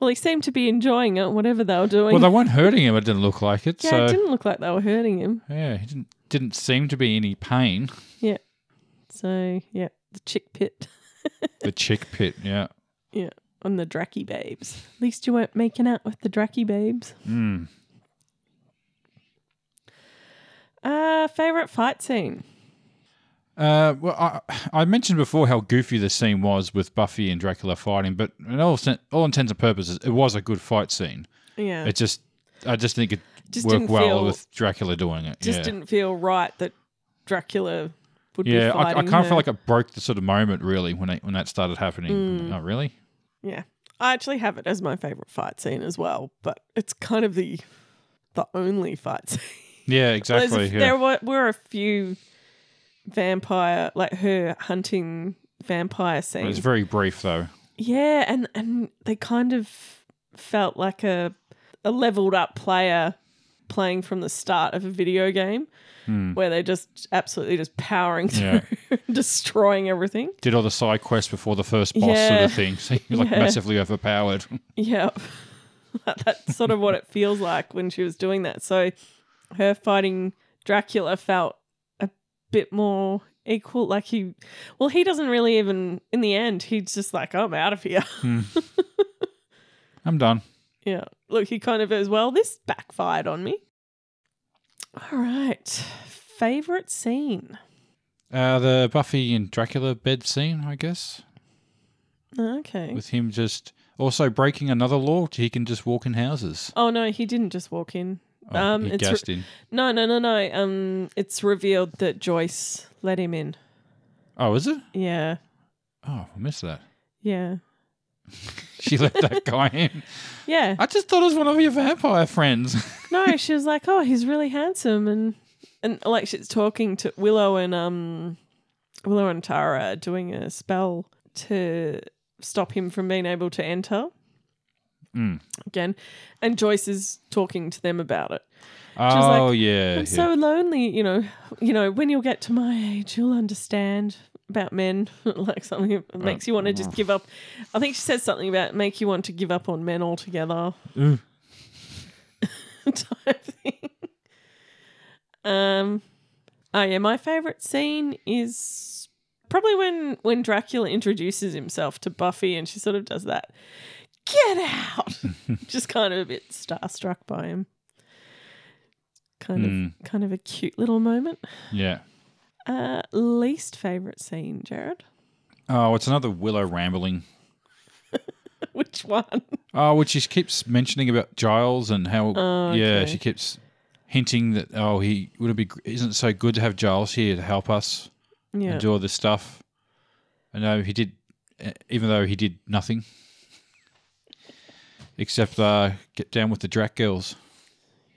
S3: Well, he seemed to be enjoying it, whatever they were doing.
S2: Well, they weren't hurting him. It didn't look like it.
S3: yeah,
S2: so
S3: it didn't look like they were hurting him.
S2: yeah, he didn't didn't seem to be any pain.
S3: Yeah. So yeah, the chick pit. <laughs>
S2: The chick pit. Yeah.
S3: Yeah, on the Dracky babes. At least you weren't making out with the Dracky babes.
S2: Mm.
S3: Uh, favorite fight scene.
S2: Uh, well, I, I mentioned before how goofy the scene was with Buffy and Dracula fighting, but in all sen- all intents and purposes, it was a good fight scene.
S3: Yeah,
S2: It just I just think it
S3: Just
S2: worked
S3: didn't
S2: well
S3: feel-
S2: with Dracula doing it.
S3: just
S2: yeah.
S3: didn't feel right that Dracula would
S2: yeah,
S3: be
S2: I, I
S3: fighting.
S2: kind
S3: her.
S2: of felt like it broke the sort of moment really when it, when that started happening.
S3: Mm.
S2: Not really.
S3: yeah, I actually have it as my favorite fight scene as well, but it's kind of the the only fight scene. <laughs>
S2: Yeah,
S3: There's a-
S2: exactly. yeah.
S3: There were, were a few vampire, like her hunting vampire
S2: But
S3: scenes,
S2: Oh, it's very brief though.
S3: Yeah, and and they kind of felt like a a leveled up player playing from the start of a video game
S2: Hmm.
S3: where they're just absolutely just powering through, <laughs> destroying everything.
S2: did all the side quests before the first boss sort
S3: Yeah.
S2: of thing. So you're like
S3: <laughs> Yeah.
S2: massively overpowered. <laughs>
S3: Yeah. <laughs> That's sort of what it feels like when she was doing that. So her fighting Dracula felt a bit more equal. Like he, well, he doesn't really even, in the end, he's just like, I'm out of here. <laughs>
S2: I'm done.
S3: Yeah. Look, he kind of as well. This backfired on me. All right. Favorite scene.
S2: Uh, the Buffy and Dracula bed scene, I guess,
S3: Okay.
S2: with him just also breaking another law. He can just walk in houses.
S3: Oh no, he didn't just walk in.
S2: Oh,
S3: um,
S2: he
S3: it's
S2: gassed
S3: re-
S2: in.
S3: no, no, no, no. Um, it's revealed that Joyce let him in.
S2: Oh, is it?
S3: Yeah,
S2: Oh, I missed that.
S3: yeah,
S2: She let
S3: <laughs>
S2: that guy in.
S3: yeah.
S2: I just thought it was one of your vampire friends.
S3: No, she was like, "Oh, he's really handsome," and and like she's talking to Willow and um Willow and Tara are doing a spell to stop him from being able to enter. Again, and Joyce is talking to them about it. like,
S2: oh yeah,
S3: I'm
S2: yeah.
S3: so lonely, you know. You know, when you'll get to my age, you'll understand about men. <laughs> like something
S2: Oh,
S3: that makes you want to just give up. I think she says something about make you want to give up on men altogether.
S2: Mm.
S3: <laughs> type thing. Um. Oh yeah, my favorite scene is probably when when Dracula introduces himself to Buffy, and she sort of does that. Get out! just kind of a bit starstruck by him. Kind of, kind of a cute little moment.
S2: yeah.
S3: Uh, least favorite scene, Jared. <laughs>
S2: Oh, it's another Willow rambling.
S3: Which one?
S2: Oh, which she keeps mentioning about Giles and how. Yeah,
S3: Oh, okay.
S2: she keeps hinting that oh, he would it be gr- isn't it so good to have Giles here to help us
S3: Yeah.
S2: and do all this stuff. I know he did, eh, even though he did nothing except uh, get down with the Drac girls,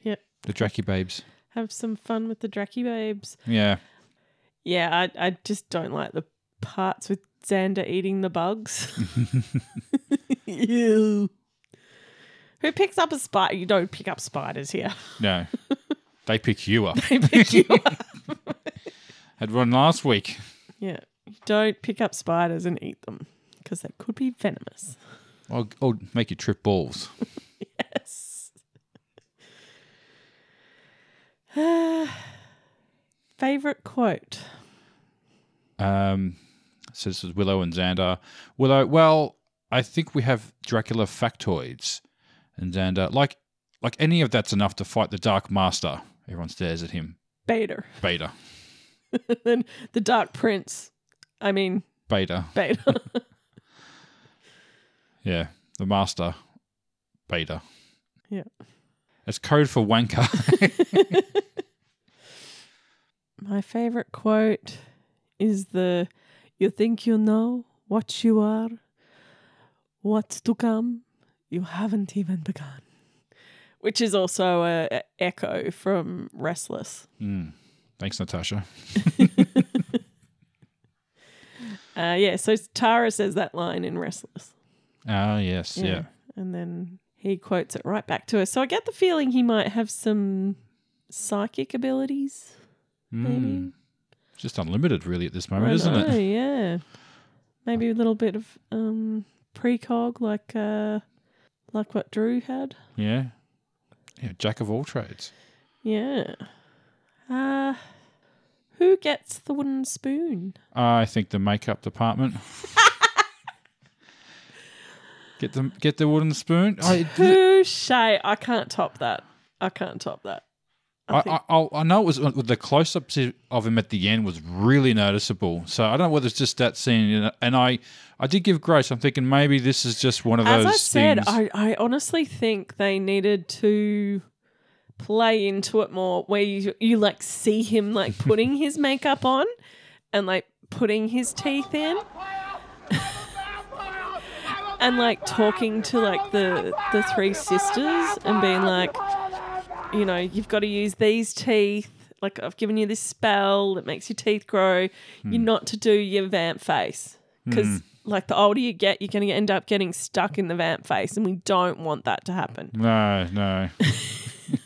S3: yeah.
S2: the Dracky babes.
S3: Have some fun with the Dracky babes.
S2: Yeah.
S3: Yeah, I, I just don't like the parts with Xander eating the bugs. <laughs> Ew. Who picks up a spider? You don't pick up spiders here. <laughs>
S2: No. they pick you up.
S3: They
S2: <laughs>
S3: pick you up.
S2: Had one last week.
S3: Yeah. You don't pick up spiders and eat them because they could be venomous.
S2: I'll, I'll make you trip balls.
S3: Yes. <sighs> Favorite quote?
S2: Um, so this is Willow and Xander. Willow, well, I think we have Dracula factoids. And Xander, like, like any of that's enough to fight the Dark Master. Everyone stares at him.
S3: Bader.
S2: Beta.
S3: <laughs> then the Dark Prince. I mean,
S2: Beta.
S3: Bader.
S2: Yeah. The Master. Beta.
S3: Yeah.
S2: It's code for wanker.
S3: <laughs>
S2: <laughs>
S3: My favorite quote is the You think you know what you are, what's to come, you haven't even begun. Which is also a, a echo from Restless.
S2: Hmm. Thanks, Natasha.
S3: Uh, yeah, so Tara says that line in Restless.
S2: Ah, yes. Yeah.
S3: And then he quotes it right back to her. So I get the feeling he might have some psychic abilities.
S2: Mm. Just unlimited, really, at this moment,
S3: I
S2: isn't
S3: know,
S2: it?
S3: Yeah. Maybe a little bit of um precog like uh like what Drew had.
S2: Yeah. Yeah. Jack of all trades.
S3: Yeah. Uh who gets the wooden spoon?
S2: I think the makeup
S3: <laughs>
S2: department. get the get the wooden spoon. I,
S3: <laughs> Who shay I can't top that. I can't top that.
S2: I, I, I'll- I know it was the close up of him at the end was really noticeable. So I don't know whether it's just that scene. you know, And I I did give grace. I'm thinking maybe this is just one of
S3: As
S2: those
S3: I said,
S2: things.
S3: I, I honestly think they needed to play into it more where you you like see
S2: <laughs>
S3: him like putting his makeup on and like putting his teeth in. and like talking to like the the three sisters and being like you know you've got to use these teeth like i've given you this spell that makes your teeth grow
S2: Hmm.
S3: you're not to do your vamp face because like the older you get you're going to end up getting stuck in the vamp face and we don't want that to happen
S2: no, no.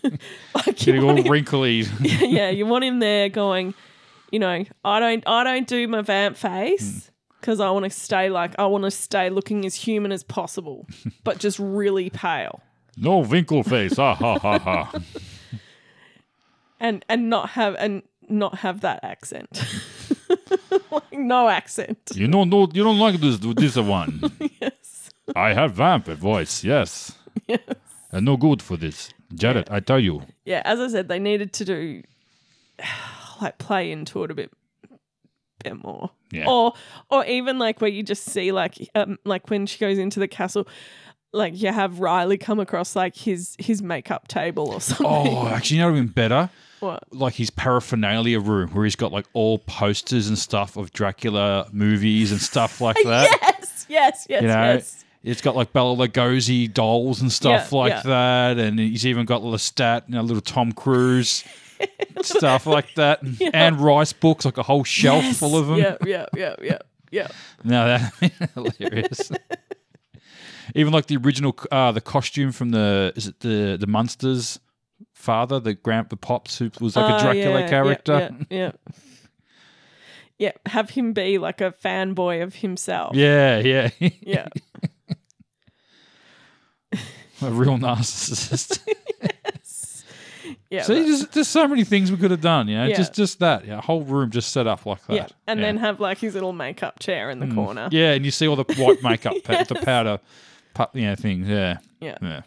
S3: like you <laughs>
S2: Getting all
S3: want him,
S2: wrinkly.
S3: yeah you want him there going you know i don't i don't do my vamp
S2: Hmm.
S3: face because i want to stay like i want to stay looking as human
S2: <laughs>
S3: as possible but just really pale
S2: no wrinkle face. Ah, ha, ha, ha.
S3: and and not have and not have that accent <laughs> like no accent
S2: You don't know, you don't like this this one.
S3: <laughs> yes
S2: I have vamp voice, yes.
S3: yes
S2: And no good for this. Jared, I tell you.
S3: yeah as i said they needed to do <sighs> like play into it a bit bit more
S2: Yeah.
S3: or or even like where you just see like um like when she goes into the castle like you have riley come across like his his makeup table or something
S2: Oh, actually, you know what would have been better?
S3: <laughs> What?
S2: Like his paraphernalia room where he's got like all posters and stuff of Dracula movies and
S3: <laughs>
S2: stuff like that.
S3: yes yes yes
S2: You know?
S3: yes
S2: It's got like Bella Lugosi dolls and stuff
S3: Yeah,
S2: like
S3: yeah. <laughs>
S2: that, and he's even got Lestat, you know, little Tom Cruise stuff like that, and rice books, like a whole shelf full of them.
S3: Yeah, yeah, yeah, yeah, yeah.
S2: No, that <laughs> hilarious. Even like the original, uh, the costume from the is it the the monsters father, the grand the pops who was <laughs> like a
S3: Oh,
S2: Dracula
S3: yeah, yeah,
S2: character.
S3: Yeah, yeah. Yeah, have him be like a fanboy of himself.
S2: Yeah, yeah, <laughs>
S3: Yeah.
S2: a real
S3: <laughs>
S2: narcissist.
S3: Yeah.
S2: See,
S3: that-
S2: there's, there's so many things we could have done. You know,
S3: Yeah.
S2: just just that. Yeah, a whole room just set up like that.
S3: yeah. And
S2: Yeah. Hmm.
S3: then have like his little makeup chair in the corner.
S2: yeah, and you see all the white
S3: <laughs>
S2: makeup, pa- the powder, pu- you know, things. Yeah,
S3: Yeah.
S2: yeah.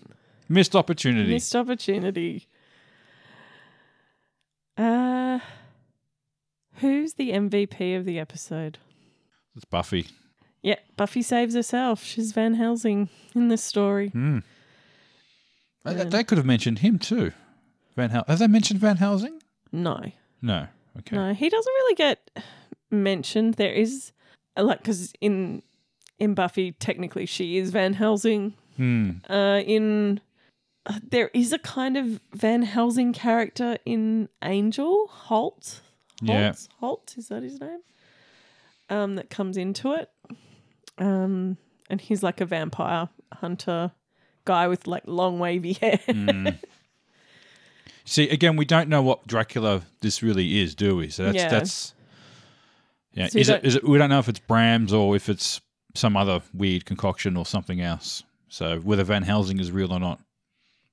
S2: Missed opportunity.
S3: Missed opportunity. Uh who's the MVP of the episode?
S2: It's Buffy.
S3: Yeah, Buffy saves herself. She's Van Helsing in this story.
S2: Uh, th- They could have mentioned him too. Van Hel- have they mentioned Van Helsing?
S3: No.
S2: No. Okay.
S3: No, he doesn't really get mentioned. There is uh, like because in in Buffy, technically she is Van Helsing.
S2: Hmm.
S3: Uh, in uh, there is a kind of Van Helsing character in Angel Holt. Holt,
S2: Yeah.
S3: Holt is that his name? Um, that comes into it. Um, and he's like a vampire hunter guy with like long wavy <laughs> hair.
S2: Hmm. See, again, we don't know what Dracula this really is, do we? So that's
S3: Yeah.
S2: that's yeah.
S3: So we
S2: is it
S3: don't-
S2: is it? We don't know if it's Brams or if it's some other weird concoction or something else. So whether Van Helsing is real or not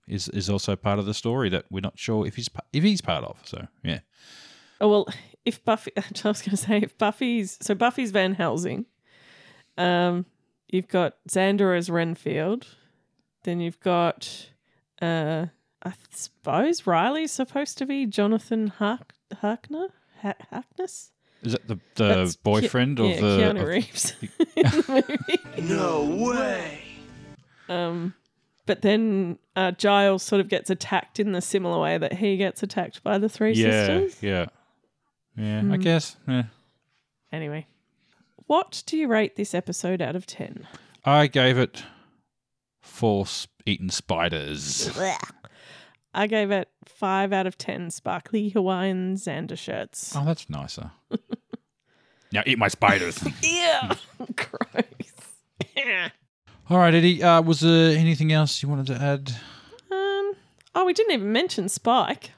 S2: is is also part of the story that we're not sure if he's pa- if he's part of. So yeah,
S3: Oh well, if Buffy, <laughs> I was going to say if Buffy's so Buffy's Van Helsing, um, you've got Xander as Renfield, then you've got, uh, I suppose Riley's supposed to be Jonathan Hark Harkner ha- Harkness,
S2: is that the the
S3: That's Ke-
S2: boyfriend or
S3: yeah,
S2: the
S3: Keanu
S2: of-
S3: Reeves <laughs> in the movie.
S1: No way.
S3: Um, but then uh, Giles sort of gets attacked in the similar way that he gets attacked by the three
S2: yeah,
S3: sisters. Hmm.
S2: yeah, yeah. I guess. Yeah.
S3: Anyway, what do you rate this episode out of ten?
S2: I gave it four sp- eaten spiders.
S3: I gave it five out of ten sparkly Hawaiian Xander shirts.
S2: Oh, that's nicer. <laughs> now eat my spiders.
S3: Yeah, <laughs> gross. Yeah.
S2: <laughs> All right, Eddie. Uh, was there anything else you wanted to add?
S3: Um. Oh, we didn't even mention Spike.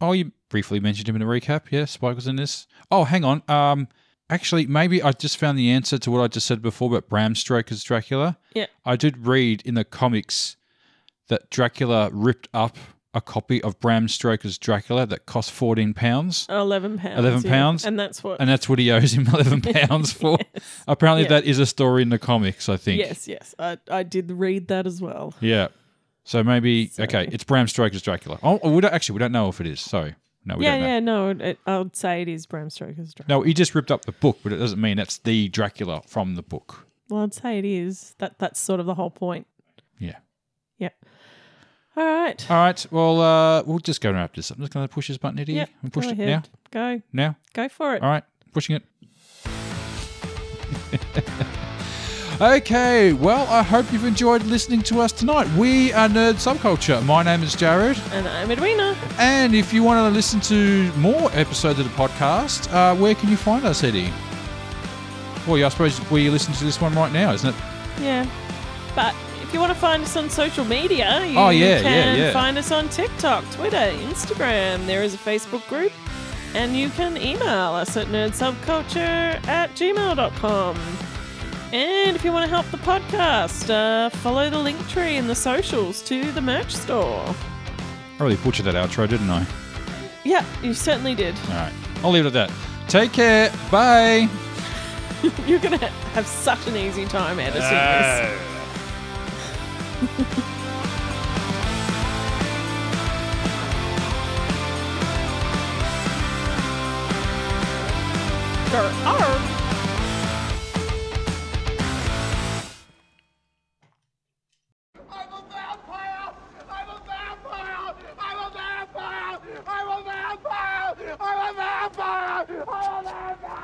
S2: Oh, you briefly mentioned him in a recap. Yeah, Spike was in this. Oh, hang on. Um, actually, maybe I just found the answer to what I just said before about Bram Stoker's Dracula.
S3: Yeah.
S2: I did read in the comics that Dracula ripped up a copy of Bram Stoker's Dracula that cost fourteen pounds.
S3: Eleven pounds.
S2: 11
S3: yeah.
S2: pounds?
S3: And that's what.
S2: And that's what he owes him <laughs> eleven pounds
S3: <laughs>
S2: for. Apparently,
S3: Yeah.
S2: that is a story in the comics. I think.
S3: yes, yes. I I did read that as well.
S2: Yeah. So maybe okay, it's Bram Stoker's Dracula. Oh, we don't actually we don't know if it is. Sorry, no, we
S3: yeah,
S2: don't know.
S3: yeah. No, it, I would say it is Bram Stoker's Dracula.
S2: No, he just ripped up the book, but it doesn't mean that's the Dracula from the book.
S3: Well, I'd say it is. That that's sort of the whole point.
S2: Yeah.
S3: Yeah. All right.
S2: All right. Well, uh, we'll just go and wrap this up. I'm just going to push this button, Eddie.
S3: yeah.
S2: I'm
S3: Go
S2: pushing it
S3: ahead.
S2: now.
S3: Go.
S2: Now.
S3: Go for it.
S2: All right, pushing it. <laughs> okay, well, I hope you've enjoyed listening to us tonight. We are Nerd Subculture. My name is Jared.
S3: And I'm Edwina.
S2: And if you want to listen to more episodes of the podcast, uh, where can you find us, Eddie? Well, yeah, I suppose where you listen to this one right now, isn't it?
S3: Yeah. But if you want to find us on social media, you
S2: Oh, yeah, yeah,
S3: can
S2: yeah.
S3: find us on TikTok, Twitter, Instagram. There is a Facebook group. And you can email us at nerdsubculture at gmail.com. And if you want to help the podcast, uh, follow the link tree in the socials to the merch store.
S2: I really butchered that outro, didn't I?
S3: Yeah, you certainly did. <laughs>
S2: All right, I'll leave it at that. Take care. Bye.
S3: You're going to have such an easy time editing this. Grr, arr.
S5: I'm a vampire! I'm a vampire! I'm a vampire! I'm a vampire! I'm a vampire! I'm a vampire!